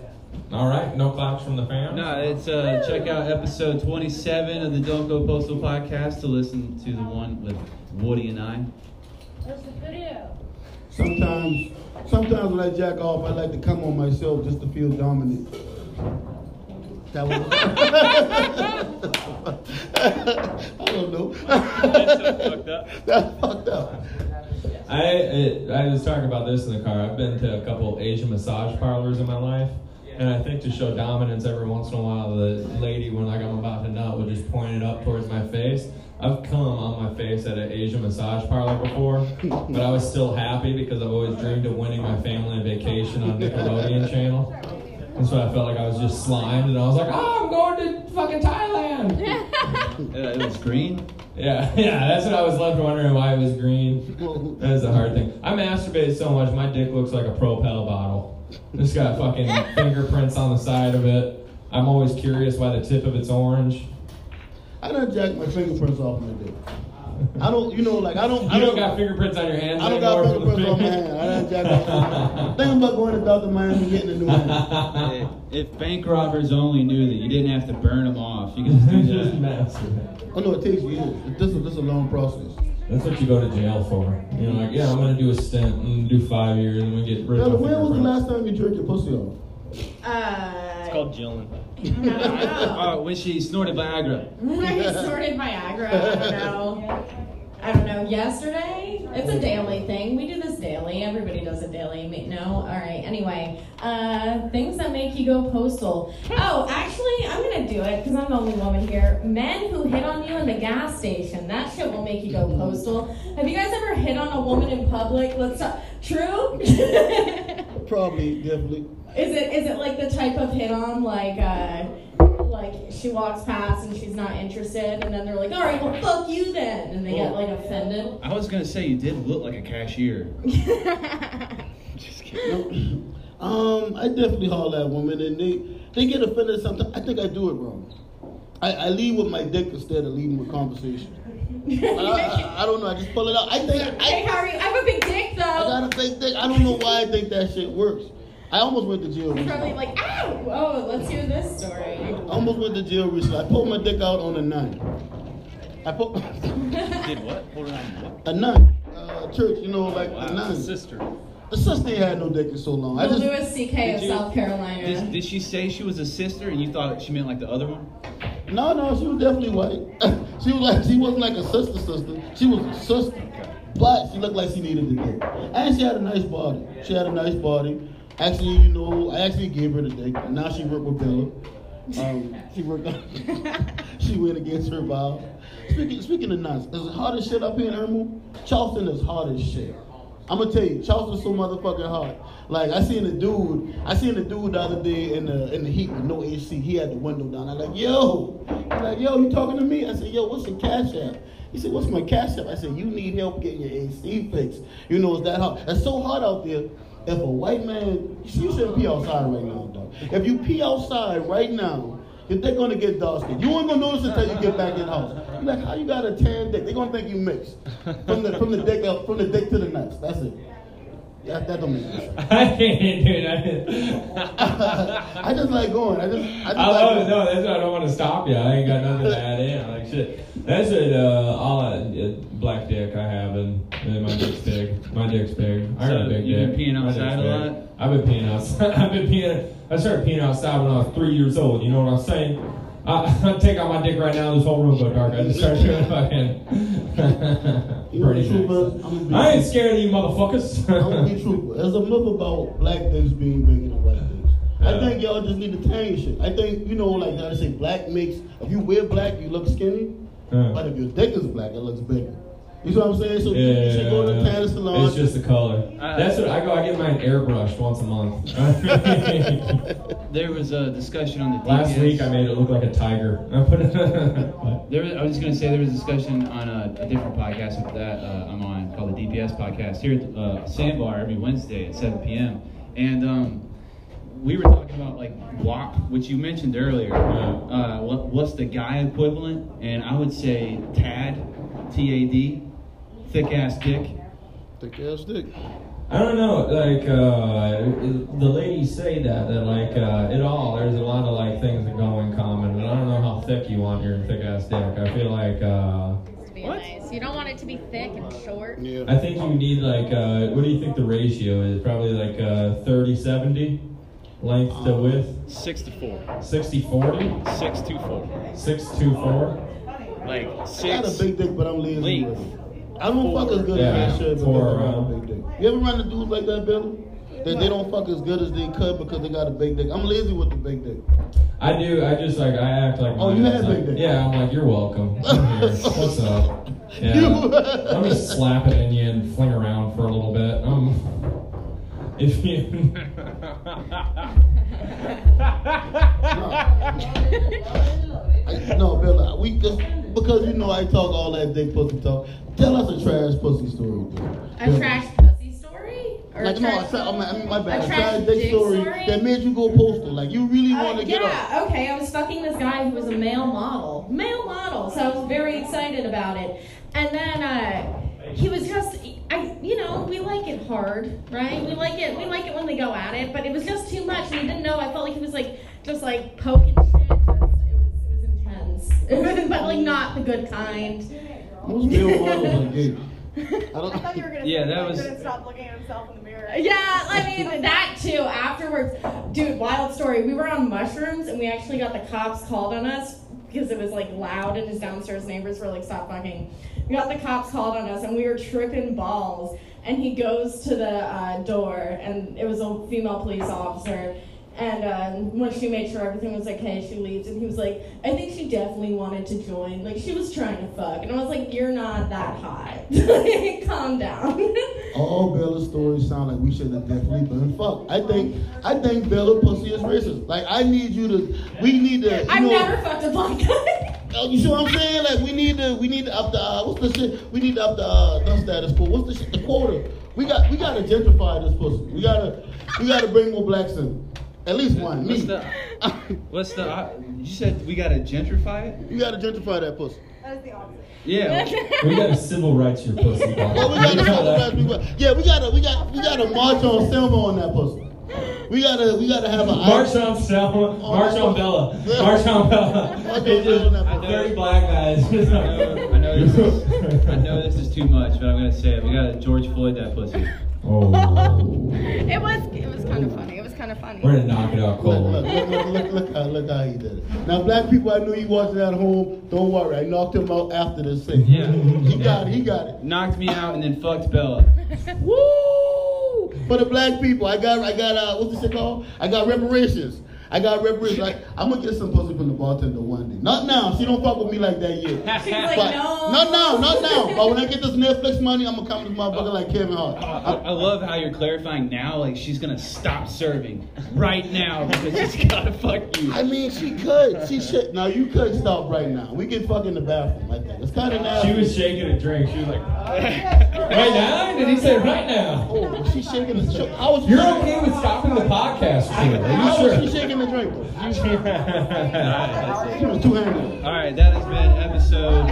[SPEAKER 4] All right, no claps from the fam.
[SPEAKER 3] No, it's uh, check out episode 27 of the Don't Go Postal podcast to listen to the one with Woody and I.
[SPEAKER 9] That's the video.
[SPEAKER 5] Sometimes, sometimes when I jack off, I like to come on myself just to feel dominant. That was. I don't know. That's fucked up. That's fucked up.
[SPEAKER 4] I it, I was talking about this in the car. I've been to a couple Asian massage parlors in my life, and I think to show dominance, every once in a while, the lady when like I'm about to nut would just point it up towards my face. I've come on my face at an Asian massage parlor before, but I was still happy because I've always dreamed of winning my family a vacation on Nickelodeon Channel. And so I felt like I was just slimed, and I was like, "Oh, I'm going to fucking Thailand."
[SPEAKER 3] Uh, it was green.
[SPEAKER 4] yeah, yeah, that's what I was left wondering why it was green.
[SPEAKER 5] Well,
[SPEAKER 4] That is a hard thing. I masturbate so much, my dick looks like a Propel bottle. It's got fucking fingerprints on the side of it. I'm always curious why the tip of it's orange.
[SPEAKER 5] I done jacked my fingerprints off my dick. I don't, you know, like I don't.
[SPEAKER 4] You
[SPEAKER 5] I
[SPEAKER 4] don't got fingerprints on your hands
[SPEAKER 5] I don't
[SPEAKER 4] anymore.
[SPEAKER 5] got
[SPEAKER 4] from the
[SPEAKER 5] fingerprints on my hand.
[SPEAKER 4] finger-
[SPEAKER 5] I done jacked off. Think about going to Dr. Miami and getting a new one.
[SPEAKER 4] Uh-huh.
[SPEAKER 3] If, if bank robbers only knew that you didn't have to burn them off, you could just do
[SPEAKER 4] Just
[SPEAKER 3] that.
[SPEAKER 4] masturbate.
[SPEAKER 5] Oh no, it takes years. This is this is a long process.
[SPEAKER 4] That's what you go to jail for. You're like, yeah, I'm gonna do a stint. I'm gonna do five years. I'm gonna get rid
[SPEAKER 5] Bella,
[SPEAKER 4] of my
[SPEAKER 5] when was the
[SPEAKER 4] fingerprints.
[SPEAKER 5] last time you jerked your pussy off?
[SPEAKER 6] Uh,
[SPEAKER 8] It's called Jillin.
[SPEAKER 3] Oh, when she snorted Viagra.
[SPEAKER 6] I sorted Viagra. I don't know. I don't know. Yesterday, it's a daily thing. We do this daily. Everybody does it daily. Ma- No, all right. Anyway, uh, things that make you go postal. Oh, actually, I'm gonna do it because I'm the only woman here. Men who hit on you in the gas station. That shit will make you go postal. Have you guys ever hit on a woman in public? Let's talk. True. is
[SPEAKER 5] Probably, definitely.
[SPEAKER 6] it is it like the type of hit on like? Uh, like she walks past and she's not interested, and then they're like, "All right, well, fuck you then," and they get like offended.
[SPEAKER 3] I was gonna say you did look like a cashier.
[SPEAKER 5] Um, I definitely haul at women, and they they get offended sometimes. I think I do it wrong. I, I lead with my dick instead of leading with conversation. I, I, I don't know. I just pull it out. I think
[SPEAKER 6] hey,
[SPEAKER 5] I,
[SPEAKER 6] Harry, I'm a big dick
[SPEAKER 5] I
[SPEAKER 6] though.
[SPEAKER 5] got a fake dick. I don't know why I think that shit works. I almost went to jail.
[SPEAKER 6] It's
[SPEAKER 5] Recently.
[SPEAKER 6] Probably like, "Ow, oh, let's hear this story."
[SPEAKER 5] I almost went to jail recently. I pulled my dick out on a nine. I put
[SPEAKER 8] Did what? Hold on. What?
[SPEAKER 5] a nine. Uh, church, you know, like a
[SPEAKER 8] Wow.
[SPEAKER 5] nine.
[SPEAKER 8] Sister.
[SPEAKER 5] The sister ain't had no dick in so long. I
[SPEAKER 6] The
[SPEAKER 5] just
[SPEAKER 6] Louis C.K. of
[SPEAKER 3] Did you-
[SPEAKER 6] South Carolina.
[SPEAKER 3] Did, did she say she was a sister and you thought she meant like the other one?
[SPEAKER 5] No, no, she was definitely white. she was like she wasn't like a sister sister. She was a sister. But she looked like she needed the dick. And she had a nice body. She had a nice body. Actually, you know, I actually gave her the dick. And now she worked with Bella. Um, she worked she went against her vow. Speaking speaking of nuts, is it hard as shit up here in Irma? Charleston is hard as shit. I'm gonna tell you, Charleston's so motherfucking hard. Like I seen a dude, I seen a dude the other day in the in the heat with no AC. He had the window down. I like, yo, he like, yo, you talking to me? I said, yo, what's your cash app? He said, what's my cash app? I said, you need help getting your AC fixed. You know it's that hard. It's so hard out there. If a white man, you shouldn't pee outside right now, dog. If you pee outside right now, if they're gonna get dark skin. You ain't gonna notice until you get back in the house. You're like, how you got a tan dick? They're gonna think you mixed. From the from the dick up, from the dick to the nuts. That's it. That, that don't make any sense.
[SPEAKER 4] I can't do that.
[SPEAKER 5] I just like going. I just I just
[SPEAKER 4] I
[SPEAKER 5] like
[SPEAKER 4] love it. No, that's why I don't want to stop you. I ain't got nothing to add in. I'm like, shit. That's it. Uh, all I, uh, black dick I have, and, and my dick's big. My dick's big. I got
[SPEAKER 3] So
[SPEAKER 4] a big
[SPEAKER 3] you've been
[SPEAKER 4] dick.
[SPEAKER 3] peeing
[SPEAKER 4] My dick's
[SPEAKER 3] outside a
[SPEAKER 4] big.
[SPEAKER 3] lot?
[SPEAKER 4] I've been peeing outside. I've been peeing. I started peeing outside when I was three years old. You know what I'm saying? I, I take out my dick right now. This whole room go dark. I just start doing fucking.
[SPEAKER 5] You want
[SPEAKER 4] Pretty
[SPEAKER 5] to
[SPEAKER 4] nice.
[SPEAKER 5] trooper? I'm gonna be-
[SPEAKER 4] I ain't scared of you, motherfuckers.
[SPEAKER 5] I'm gonna be truthful. There's a myth about black things being bigger than white things. I
[SPEAKER 4] Yeah.
[SPEAKER 5] think y'all just need to tame shit. I think you know, like I say, black makes. If you wear black, you look skinny.
[SPEAKER 4] Yeah.
[SPEAKER 5] But if your dick is black, it looks bigger. You see what I'm saying? So
[SPEAKER 4] Yeah,
[SPEAKER 5] you should go to
[SPEAKER 4] yeah,
[SPEAKER 5] the
[SPEAKER 4] yeah.
[SPEAKER 5] tanning salon.
[SPEAKER 4] It's just the color.
[SPEAKER 3] Uh,
[SPEAKER 4] That's what I go. I get mine airbrushed once a month.
[SPEAKER 3] There was a discussion on the DPS.
[SPEAKER 4] Last week I made it look like a tiger. I put it.
[SPEAKER 3] There, was- I was just gonna say there was a discussion on a, a different podcast with that uh, I'm on called the DPS podcast here at uh, Sandbar every Wednesday at 7 p.m. And um, we were talking about like WAP, which you mentioned earlier. Uh, what, what's the guy equivalent? And I would say TAD, T A D, thick ass dick.
[SPEAKER 5] Thick ass dick.
[SPEAKER 4] I don't know. Like uh, the ladies say that that like uh, it all. There's a lot of like things that go in common, but I don't know how thick you want your thick ass dick. I feel like. Uh,
[SPEAKER 9] To be nice. You don't want it to be thick and short.
[SPEAKER 5] Yeah.
[SPEAKER 4] I think you need like, uh, what do you think the ratio is? Probably like uh, 30 70 length
[SPEAKER 5] Um,
[SPEAKER 4] to width?
[SPEAKER 8] Six to four.
[SPEAKER 4] 60 40?
[SPEAKER 8] Six to four.
[SPEAKER 4] 6 2 4?
[SPEAKER 8] Like
[SPEAKER 5] I got a
[SPEAKER 8] six.
[SPEAKER 5] big dick, but I'm lazy.
[SPEAKER 8] Length.
[SPEAKER 5] with it. I don't fuck as good
[SPEAKER 4] Yeah, uh,
[SPEAKER 5] as I should, but
[SPEAKER 4] four
[SPEAKER 5] I got a
[SPEAKER 4] around.
[SPEAKER 5] big dick. You ever run into dudes like that, Bill? That they don't fuck as good as they could because they got a big dick. I'm lazy with the big dick.
[SPEAKER 4] I do, I just like, I act like.
[SPEAKER 5] Oh,
[SPEAKER 4] mine
[SPEAKER 5] you
[SPEAKER 4] is
[SPEAKER 5] had
[SPEAKER 4] like-
[SPEAKER 5] big dick.
[SPEAKER 4] Yeah, I'm like, you're welcome. Come here. What's up? Yeah.
[SPEAKER 5] You-
[SPEAKER 4] Let me slap it in you and fling around for a little bit. Um, if you.
[SPEAKER 5] I, no, Bill, I- we just because you know I talk all that dick pussy talk. Tell us a trash pussy story. Bill.
[SPEAKER 9] A trash pussy story? Or
[SPEAKER 5] Like
[SPEAKER 9] a
[SPEAKER 5] no,
[SPEAKER 9] trash,
[SPEAKER 5] I tra- I mean, I mean, my bad.
[SPEAKER 9] A
[SPEAKER 5] A
[SPEAKER 9] trash
[SPEAKER 5] trash dick story, that made you go postal. Like you really
[SPEAKER 6] Uh,
[SPEAKER 5] want to
[SPEAKER 6] yeah,
[SPEAKER 5] get up.
[SPEAKER 6] okay. I was fucking this guy who was a male model. Male model. So I was very excited about it. And then uh, he was just, I, you know, we like it hard, right? We like it. We like it when they go at it. But it was just too much, and he didn't know. I felt like he was like just like poking shit. Just, it was, it was intense. but like not the good kind.
[SPEAKER 5] Most male models are gay. I
[SPEAKER 7] I thought you
[SPEAKER 5] don't.
[SPEAKER 7] were gonna
[SPEAKER 3] Yeah,
[SPEAKER 7] say
[SPEAKER 3] that
[SPEAKER 7] he
[SPEAKER 3] was-
[SPEAKER 7] couldn't stop looking at himself in the mirror.
[SPEAKER 6] Yeah, I mean that too. Afterwards, dude, wild story. We were on mushrooms and we actually got the cops called on us because it was like loud and his downstairs neighbors were like, "Stop fucking." We got the cops called on us and we were tripping balls. And he goes to the uh, door and it was a female police officer. And um, when she made sure everything was okay, she leaves and he was like, "I think she definitely wanted to join. Like she was trying to fuck." And I was like, "You're not that hot. Like, calm down."
[SPEAKER 5] All Bella's stories sound like we should have definitely been fucked. I think I think Bella pussy is racist. Like I need you to, we need to. you
[SPEAKER 6] I've
[SPEAKER 5] know-
[SPEAKER 6] never fucked a black guy.
[SPEAKER 5] Uh, You see what I'm saying? Like we need to, we need to up the, uh, what's the shit? We need to up the, uh, the status quo. What's the shit? The quota. We got, we gotta gentrify this pussy. We gotta, we gotta bring more blacks in. At least one. Me.
[SPEAKER 3] What's the, what's the, uh, you said we gotta gentrify it?
[SPEAKER 5] you gotta gentrify that pussy.
[SPEAKER 7] That is the opposite.
[SPEAKER 3] Yeah.
[SPEAKER 4] we got to civil rights your pussy. dog.
[SPEAKER 5] Well, we
[SPEAKER 4] You
[SPEAKER 5] gotta,
[SPEAKER 4] know
[SPEAKER 5] tell the
[SPEAKER 4] that.
[SPEAKER 5] black people- yeah, we gotta, we got, we gotta march on Selma on that pussy. We gotta, we gotta have a
[SPEAKER 4] March on Selma,
[SPEAKER 5] Oh,
[SPEAKER 4] March on Bella, March on Bella. It's just thirty black guys.
[SPEAKER 3] I know, I know this is, I know this is too much, but I'm gonna say it. We gotta George Floyd that pussy.
[SPEAKER 4] Oh,
[SPEAKER 9] It was it was kind of funny. It was kind of funny.
[SPEAKER 4] we're gonna knock it
[SPEAKER 5] Look,
[SPEAKER 4] out cold.
[SPEAKER 5] look, look, look, look, look, how, look how he did it. Now, black people, I know you watching at home. Don't worry, I knocked him out after this thing.
[SPEAKER 3] Yeah.
[SPEAKER 5] he
[SPEAKER 3] Yeah.
[SPEAKER 5] got it. He got it.
[SPEAKER 3] Knocked me out and then fucked Bella.
[SPEAKER 5] For the black people, I got, I got, uh, what's this shit called? I got reparations. I got reparations. Like, I'm gonna get some pussy from the bartender one day. Not now. She don't fuck with me like that yet.
[SPEAKER 6] She's like,
[SPEAKER 5] But
[SPEAKER 6] no.
[SPEAKER 5] not now, not now. But when I get this Netflix money, I'm gonna come to this motherfucker like Kevin Hart.
[SPEAKER 3] I, I love how you're clarifying now. Like she's gonna stop serving right now because she's gotta fuck you.
[SPEAKER 5] I mean, she could. She should. Now you could stop right now. We can fuck in the bathroom like that. It's kind of nasty.
[SPEAKER 4] She was shaking a drink. She was like, right now? Did he say right now?
[SPEAKER 5] Oh, she's shaking the. Show. I was.
[SPEAKER 4] You're okay with stopping the podcast? Sheila?
[SPEAKER 5] How was
[SPEAKER 4] Are you
[SPEAKER 5] she
[SPEAKER 4] sure?
[SPEAKER 5] shaking the drink?
[SPEAKER 4] Alright,
[SPEAKER 5] She was two handed.
[SPEAKER 3] All right, that has been episode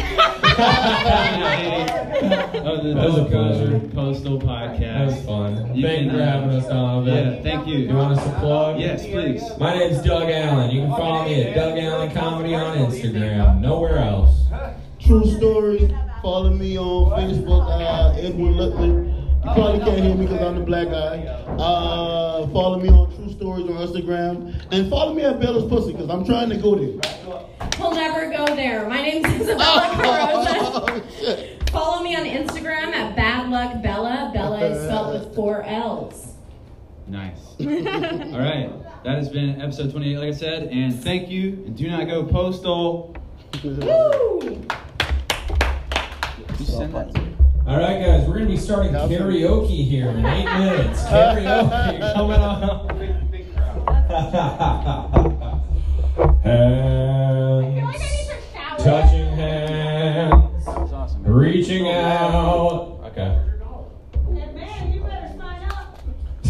[SPEAKER 3] 98 of the
[SPEAKER 4] That was a
[SPEAKER 3] Don't Go
[SPEAKER 4] pleasure.
[SPEAKER 3] Postal
[SPEAKER 4] That was
[SPEAKER 3] Podcast.
[SPEAKER 4] fun.
[SPEAKER 3] You
[SPEAKER 4] Thank you
[SPEAKER 3] can,
[SPEAKER 4] for
[SPEAKER 3] uh,
[SPEAKER 4] having us on. man.
[SPEAKER 3] yeah, thank you.
[SPEAKER 4] You want us to plug?
[SPEAKER 3] Yes, please.
[SPEAKER 4] My name's Doug Allen. You can follow me at Doug Allen Comedy on Instagram. Nowhere else.
[SPEAKER 5] True stories. Follow me on Facebook. Uh, Edwin Luckman. You probably can't hear me because I'm the black guy. Uh, follow me on True Stories on Instagram, and follow me at Bella's Pussy because I'm trying to go there.
[SPEAKER 6] He'll never go there. Oh, My name's Isabella
[SPEAKER 5] Oh,
[SPEAKER 6] Carrozza. Follow me on Instagram at Bad Luck Bella. Bella is spelled with four L's.
[SPEAKER 3] Nice. All right, that has been episode 28, like I said, and thank you. And do not go postal.
[SPEAKER 6] Woo!
[SPEAKER 3] Did you send that?
[SPEAKER 4] All right, guys, we're going to be starting karaoke here in eight minutes. Karaoke coming on. hands, touching hands,
[SPEAKER 2] was awesome. man.
[SPEAKER 4] reaching out. Okay.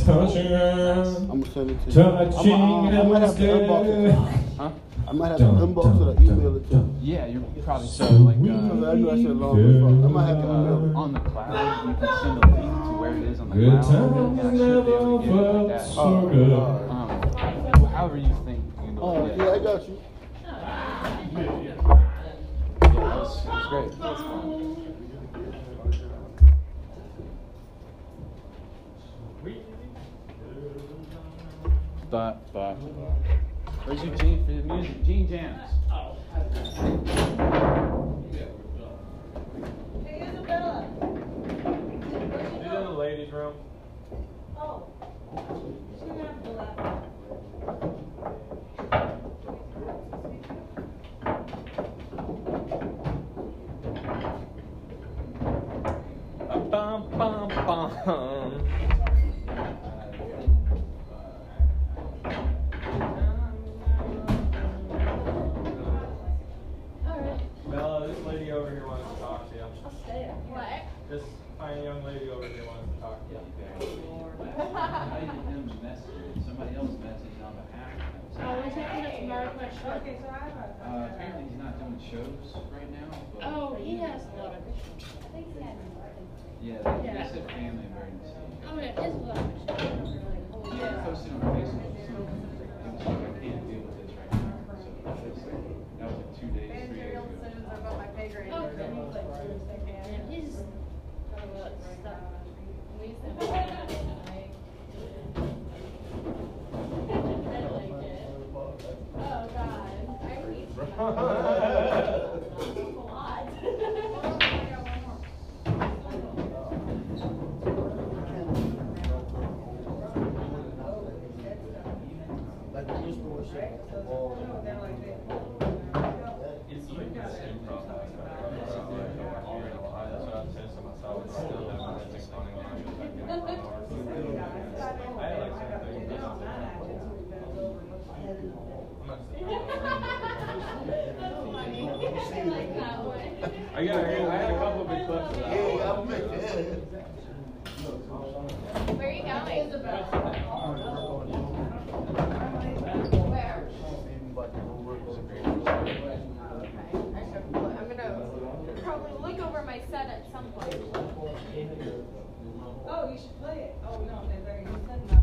[SPEAKER 4] Touching hands,
[SPEAKER 5] I'm gonna send it to you.
[SPEAKER 4] touching
[SPEAKER 5] I'm- I'm- I might have
[SPEAKER 4] hands.
[SPEAKER 5] to unbox
[SPEAKER 4] good.
[SPEAKER 2] Huh?
[SPEAKER 5] I might have to
[SPEAKER 4] Dun,
[SPEAKER 5] unbox it or
[SPEAKER 4] dun,
[SPEAKER 5] email it to you.
[SPEAKER 4] dun,
[SPEAKER 2] Yeah, you're probably so like
[SPEAKER 5] Because
[SPEAKER 2] uh,
[SPEAKER 5] I know I should long as fuck. I might have to unmail it.
[SPEAKER 2] on the cloud. You can send a link to where it is on the
[SPEAKER 4] Good
[SPEAKER 2] cloud,
[SPEAKER 4] times
[SPEAKER 2] and I should be able to get it like
[SPEAKER 4] never
[SPEAKER 2] that.
[SPEAKER 4] felt
[SPEAKER 2] Oh,
[SPEAKER 4] so good.
[SPEAKER 2] um, however you think you know.
[SPEAKER 5] Oh, yeah, I got you.
[SPEAKER 2] yeah, that was, that was great. That was fun. But, but, where's your Gene for the music? Gene Jams.
[SPEAKER 7] Hey, Isabella.
[SPEAKER 8] ladies' room.
[SPEAKER 7] Oh. She didn't have the last.
[SPEAKER 8] Bum, bum, bum. Bella, this lady over here wants to talk to you.
[SPEAKER 7] What?
[SPEAKER 8] This fine young lady over here wants to talk to you.
[SPEAKER 2] I did him a message, somebody else messaged on behalf of
[SPEAKER 9] Oh,
[SPEAKER 2] him.
[SPEAKER 7] Okay, so I have a.
[SPEAKER 2] Uh, apparently he's not doing shows right now, but.
[SPEAKER 9] Oh, he has a lot of.
[SPEAKER 2] Yeah, they they said family emergency.
[SPEAKER 9] I mean, it is a lot of.
[SPEAKER 2] Yeah, I posted on Facebook, something, it was like, I can't deal with this right now, so it's just like, that was like two days, three days
[SPEAKER 7] Managerial
[SPEAKER 2] ago.
[SPEAKER 7] decisions are above my pay grade.
[SPEAKER 9] And he's.
[SPEAKER 7] Oh, God. I need. A lot.
[SPEAKER 5] Like the used to shit.
[SPEAKER 8] I got, I got- I had a couple big clips of that.
[SPEAKER 9] Where are you going?
[SPEAKER 7] I'm gonna probably look over my set at some point. Oh, you should play it. Oh, no, they're very, you said no.